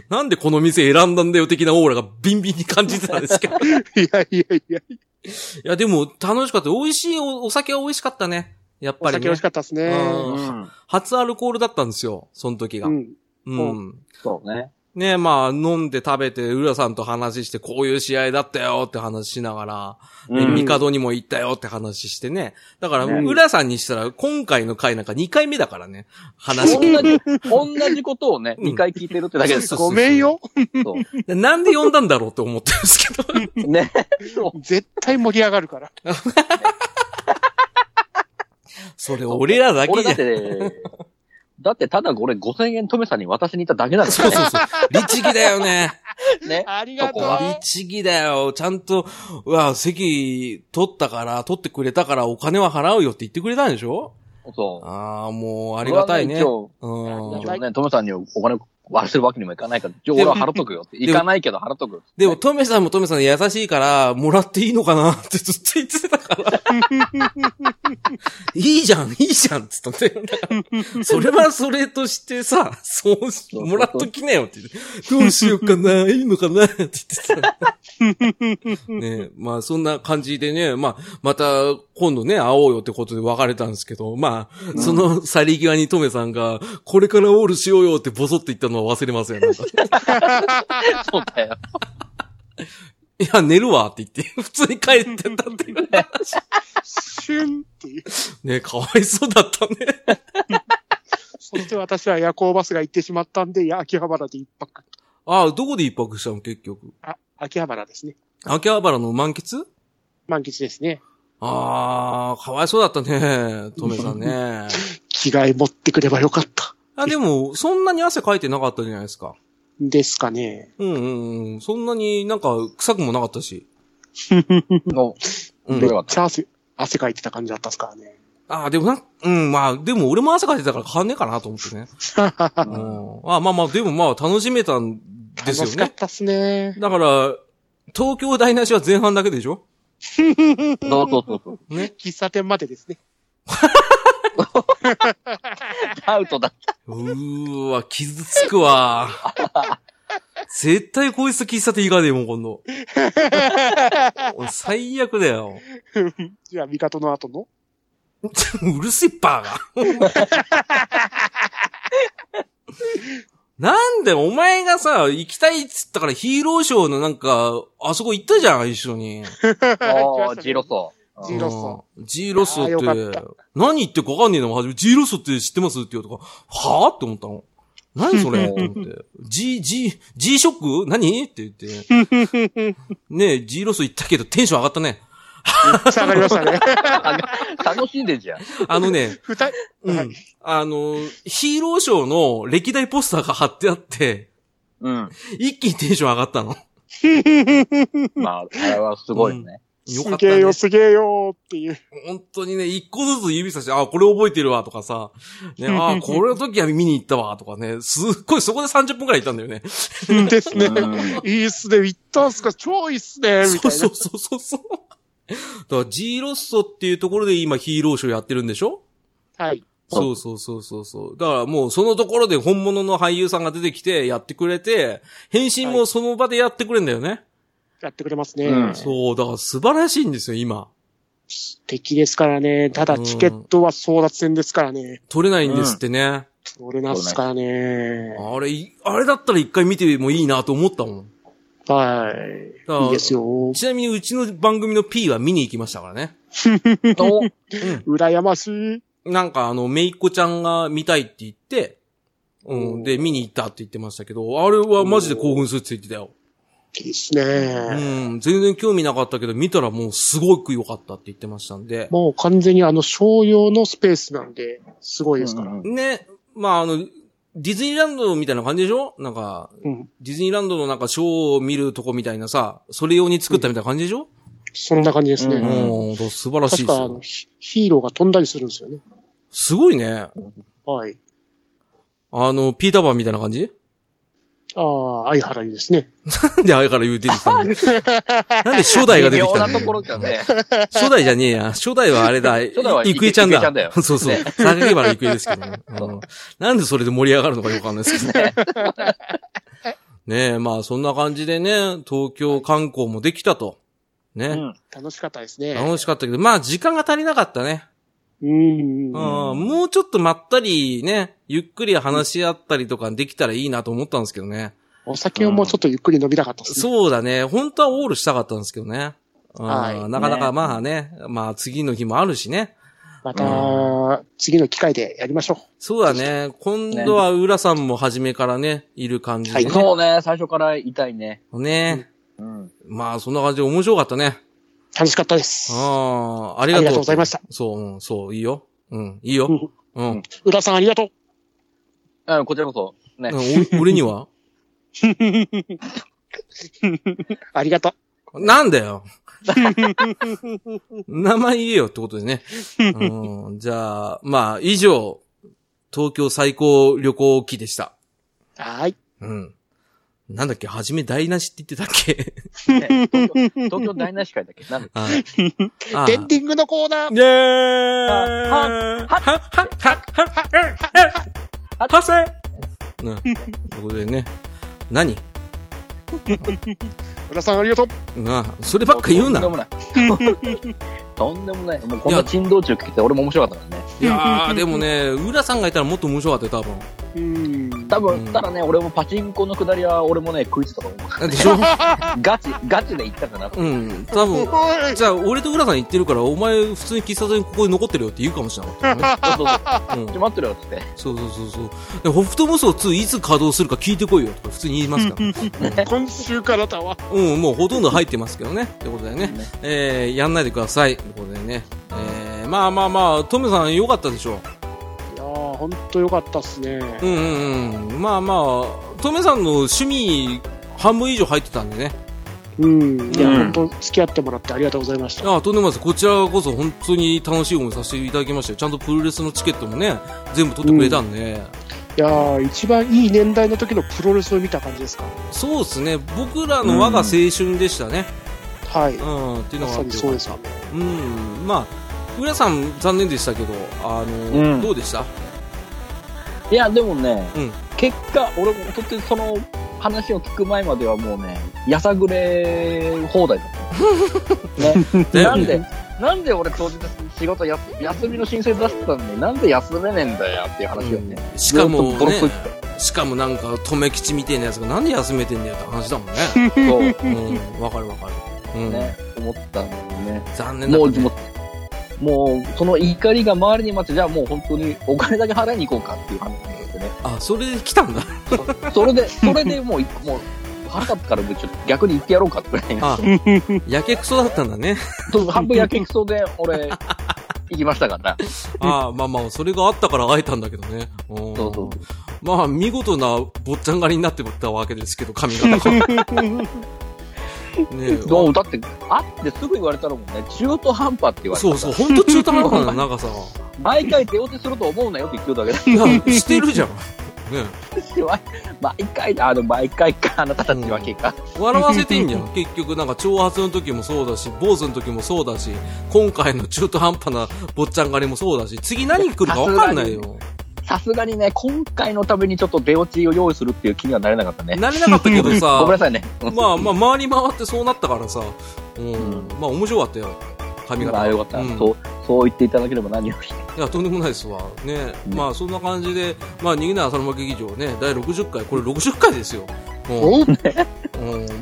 なんでこの店選んだんだよ的なオーラがビンビンに感じてたんですけど。いいやいやいや。や、でも楽しかった。美味しいおお酒は美味しかったね。やっおぱり、酒美ね味し。かったですね。うんうん。初アルコールだったんですよ。その時が。ううん。ん。そうね。ねまあ、飲んで食べて、浦さんと話して、こういう試合だったよって話しながら、うねん。帝にも行ったよって話してね。だから、ね浦さんにしたら、今回の回なんか2回目だからね。話聞いて同じ、同じことをね、うん2回聞いてるってだけですそうごめんよ。そうでなんで呼んだんだろうって思ってるんですけど。 ね。そう絶対盛り上がるから。それ俺らだけ俺じだゃっん。て、だってただ俺5000円トメさんに渡しに行っただけだかそうそうそう。律儀だよね。らね。ありがとそこはう。律儀だよ。ちゃんと、うわ、席取ったから、取ってくれたからお金は払うよって言ってくれたんでしょそう。ああ、もう、ありがたいね。俺は一応うんありがたい。ね、トメさんにお金忘れるわけにもいかないから、じゃあ俺は払っとくよって。も行かないけど払っとく。でも、トメさんもトメさんで優しいから、もらっていいのかなってずっと言ってたから。 いいじゃん、いいじゃんって言ったんだよだから。それはそれとしてさ、そうし、もらっときなよって言って。どうしようかな、いいのかなって言ってた。 ねまあそんな感じでね、まあ、また今度ね、会おうよってことで別れたんですけど、まあ、その去り際にトメさんが、これからオールしようよってボソって言ったのは忘れません。なんかそうだよ。 いや、寝るわって言って、 普通に帰ってったって いう。シュンっていう。ねかわいそうだったね。 そして私は夜行バスが行ってしまったんで、いや秋葉原で一泊。ああ、どこで一泊したの結局。あ、秋葉原ですね。秋葉原の満喫満喫ですね。ああ、かわいそうだった ね。トメさんね。着替え持ってくればよかった。あ、でも、そんなに汗かいてなかったじゃないですか。ですかね。うんうんうん。そんなになんか臭くもなかったし。もうう、んよ。かっチャース、汗かいてた感じだったっすからね。ああ、でもな、うん、まあ、でも俺も汗かいてたから変わんねえかなと思って ね。た。うん。あまあまあ、でもまあ楽しめたんで楽すよしかっね。たっすね。だから、東京台無しは前半だけでしょそうそうそうそう。ね。喫茶店までですね。アウトだ。うーわ、傷つくわ。絶対こいつ喫茶店行かねえもん、今度。俺最悪だよ。じゃあ、味方の後の。うるせえ、バーが。なんで、お前がさ、行きたいっつった からヒーローショーのなんか、あそこ行ったじゃん、一緒に。 おー、ジロソ。ジーロッソ。うん。ジーロッソあーっよてかっ、何言ってるかわかんねえな、はじめ。ジーロッソって知ってますって言うとか、はぁって思ったの。何それと思って。G、G、G ショック何って言って。ねえ、ジーロッソ行ったけどテンション上がったね。 下がりましたね。 楽しんでんじゃん。あの ね、二人、うはん。あの、ヒーローショーの歴代ポスターが貼ってあって、うん。一気にテンション上がったの。まあ、あれはすごいよね。よかすったげえねよ、。すげえよっていう。本当にね、一個ずつ指さして、あ、これ覚えてるわ、とかさ、ね、あ、 これの時は見に行ったわ、とかね、すっごいそこで30分くらい行ったんだよね。ですね。うんいいっすね、行ったんすか、超いいっすね、みたそいうな。そうそうそうそう。だから、ジーロッソっていうところで今ヒーローショーやってるんでしょはい。そうそうそうそうそう。だからもうそのところで本物の俳優さんが出てきてやってくれて、変身もその場でやってくれんだよね。やってくれますね。うんそう、だから素晴らしいんですよ、今。敵ですからね。ただ、チケットは争奪戦ですからね。取れないんですってね。取れますからね。あれ、いあれだったら一回見てもいいなと思ったもん。はい。だからいいですよ。ちなみにうちの番組の P は見に行きましたからね。お羨ましい。なんかあの、めいっ子ちゃんが見たいって言って、うおん、ーで、見に行ったって言ってましたけど、あれはマジで興奮するって言ってたよ。いいですね。うん、全然興味なかったけど、見たらもうすごく良かったって言ってましたんで。もう完全にあの、商用のスペースなんで、すごいですから。ね、まああの、ディズニーランドみたいな感じでしょなんか、うん。ディズニーランドのなんかショーを見るとこみたいなさ、それ用に作ったみたいな感じでしょ、そんな感じですね。ううんん、ほんと素晴らしいです確かあのよ。ヒヒーローが飛んだりするんですよね。すごいね。はい。あの、ピーターパンみたいな感じ ああ、相原にですね。なんであれから言うてきたのなんで初代が出てきたの微妙なところだね。初代じゃねえや。初代はあれだ。 初代はイクエちゃんだ。イクエちゃんだよ そうそう。榊原イクエですけどね、うんなんでそれで盛り上がるのかよくわかんないですけどね。ねえ、まあそんな感じでね、東京観光もできたと。うね。ん楽しかったですね。楽しかったけど、まあ時間が足りなかったね。うん。うんもうちょっとまったりね、ゆっくり話し合ったりとかできたらいいなと思ったんですけどね。お酒をもうちょっとゆっくり飲みたかったですね。そうだね。本当はオールしたかったんですけどね。うんはいなかなかまあね、まあ次の日もあるしね。また、次の機会でやりましょそうだね。今度は浦さんも初めからね、いる感じでね。そうね、最初から痛いね。ねうん。まあそんな感じで面白かったね。う。楽しかったです。ああ、ありあがとう。りがとうございました。そう、うん、そう、いいよ。うん、いいよ。うん。うん浦さんありがとう。うん、こちらこそ。ね。お俺には ありがとう。なんだ よ。名前言えよってことでね。うん、じゃあ、まあ、以上、東京最高旅行記でした。はーい。うん。なんだっけ、はじめ台無しって言ってたっけ ね東京東京大なし会だっけなんだっけはい。 あエンディングのコーナーイェーイは、は、は、は、は、はせうん。ということでね。何浦さんありがとう。なあ、そればっか言うな。いとんでもない。とんでもない。もうこんな珍道中聞けて俺も面白かったからね。やー、でもね、浦さんがいたらもっと面白かったよ、多分。うん。多う分、んただね、俺もパチンコの下りは俺もね、食いついたと思う。でしょガチ、ガチで行ったかなと。うん、多分。じゃあ、俺と浦さん言ってるから、お前普通に喫茶店ここに残ってるよって言うかもしれなかったよね。そうそうそう。うんちょ、待ってるよっつって。そうそうそうそう。で、ホフトムソー2いつ稼働するか聞いてこいよとか普通に言いますから。今週からだわ。うん、もうほとんど入ってますけどね。ってことでね。えー、やんないでください。ってことでね。えー、まあまあまあ、トムさん良かったでしょいやー、ほんとよかったっすね。う。うんうんうん。まあまあ、トムさんの趣味、半分以上入ってたんでね。うん。いや、うんほんと付き合ってもらってありがとうございました。ああ、とんでもないです。こちらこそ本当に楽しい思いさせていただきましたよ。ちゃんとプロレスのチケットもね、全部取ってくれたんで。いやー、一番いい年代の時のプロレスを見た感じですか。そうですね。僕らの我が青春でしたね。はい。うん、っていうまのがあさっにてそうですよね。うん、まあ、浦さん残念でしたけど、あの、うんどうでしたいや、でもね、うん結果、俺も、とってその話を聞く前まではもうね、やさぐれ放題だった。ね、だよ なねんで、なんで俺当日仕事や休みの申請出してたのに、なんで休めねえんだよっていう話をね。うんしかもずっとボロクソね、 しかもなんか、留吉みたいなやつがなんで休めてんだよって話だもんね。言ってうん、わかるわかる。うそん、うね、思ったんだよね。残念だもっう、たねもうもう、その怒りが周りに待って、じゃあもう本当にお金だけ払いに行こうかっていう感じですね。あ、それで来たんだ。そ れで、それでもう、もう、腹立ったからもうちょっと逆に行ってやろうかってぐらいな。 あ、やけくそだったんだね。 そう半分やけくそで、俺、行きましたから。ああ、まあまあ、それがあったから会えたんだけどね。うんそうそう。まあ、見事な坊ちゃん狩りになってたわけですけど、髪型 が。ねえどうだって、会ってすぐ言われたらもうね、中途半端って言われたそから。うそう、ほんと中途半端なの長さが。毎回手寄せすると思うなよって言ってるだけだいや、してるじゃん。ねし、毎毎回だ、あの、毎回か、あなたたちわけか。え笑わせてんじゃん。結局、なんか、挑発の時もそうだし、坊主の時もそうだし、今回の中途半端な坊ちゃん狩りもそうだし、次何来るかわかんないよ。さすがにね、今回のためにちょっと出落ちを用意するっていう気にはなれなかったね。なれなかったけど ごめんなさ、さいね。 まあまあ、回り回ってそうなったからさ、うん、うんまあ面白かったよ。 髪型まが。あよかった、うんそう。そう言っていただければ何より。いや、とんでもないですわ。ね。うんまあ、そんな感じで、まあ、逃げない浅沼劇場ね、第60回、これ60回ですよ。うんう おん、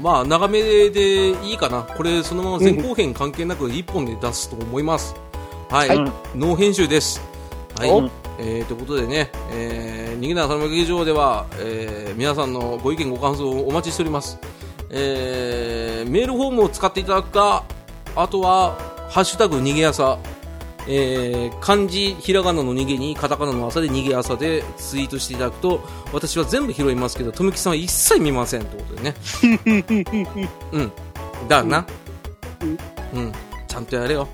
まあ、長めでいいかな。これ、そのまま前後編関係なく一本で出すと思います。はい。はいノー編集です。はい。おえー、ということでね、えー、逃げない浅沼劇場では、えー、皆さんのご意見ご感想をお待ちしております。えー、メールフォームを使っていただくか、あとは、ハッシュタグ逃げ朝、えー、漢字、ひらがなの逃げに、カタカナの朝で逃げ朝でツイートしていただくと、私は全部拾いますけど、とめきさんは一切見ませんってことで ね。うん。だな。うん。ちゃんとやれよ。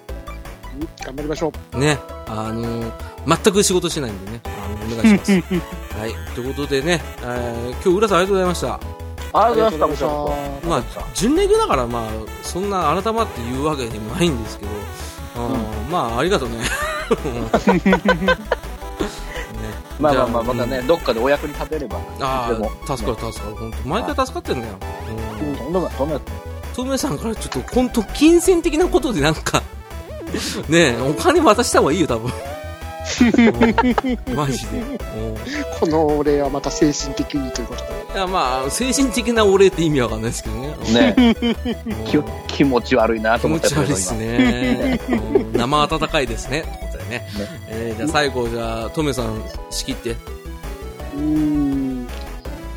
頑張りましょう。ね。あのー全く仕事してないんでね。あの、お願いし ます。はい。ということでね、えー今日、浦さんありがとうございました。あありがとうございました。した。まあ、純レギュだから、まあ、そんな改まって言うわけでもないんですけど、あーまあ、ありがとうね。ね まあまあまあ、また。じゃね、どっかでお役に立てれば。あでもあ、助かる助かる。本当毎回助かってんだよ。うんとんでもない、とんでもない。トメさんからちょっと、本当金銭的なことでなんか、ねえ、お金渡した方がいいよ、多 分。うんマジで。うんこのお礼はまた精神的にということで。いや、まあ、精神的なお礼って意味わかんないですけどね。ねうんき気持ち悪いなと気思持ったち けど悪いですね。うん生温かいですね。ということでね。えーじゃあ最後、じゃあ、トメさん仕切って。うーん。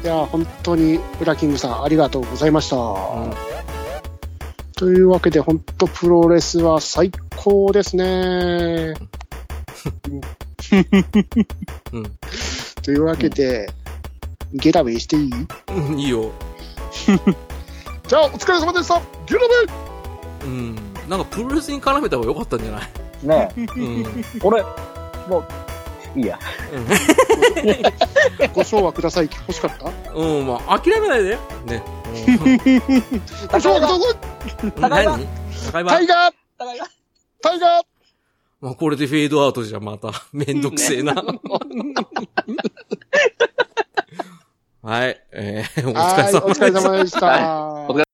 いや、本当に、ウラキングさん、ありがとうございました。うんというわけで、本当プロレスは最高ですね。うんというわけで、ゲラウェイしていいうん。いいよ。じゃあ、お疲れ様でしたゲラウェイうん。なんかプロレスに絡めた方が良かったんじゃない今ねえうん。うん俺、もう、いいや。ご賞はください。欲しかったうん、まあ、諦めないで。ね。ご賞はくださいうん高いわ何高いわタイガー高いわタイガーまあ、これでフェードアウトじゃま た、めんどくせえな。 はい。えー、お疲れ様はいお疲れ様でした。お疲れ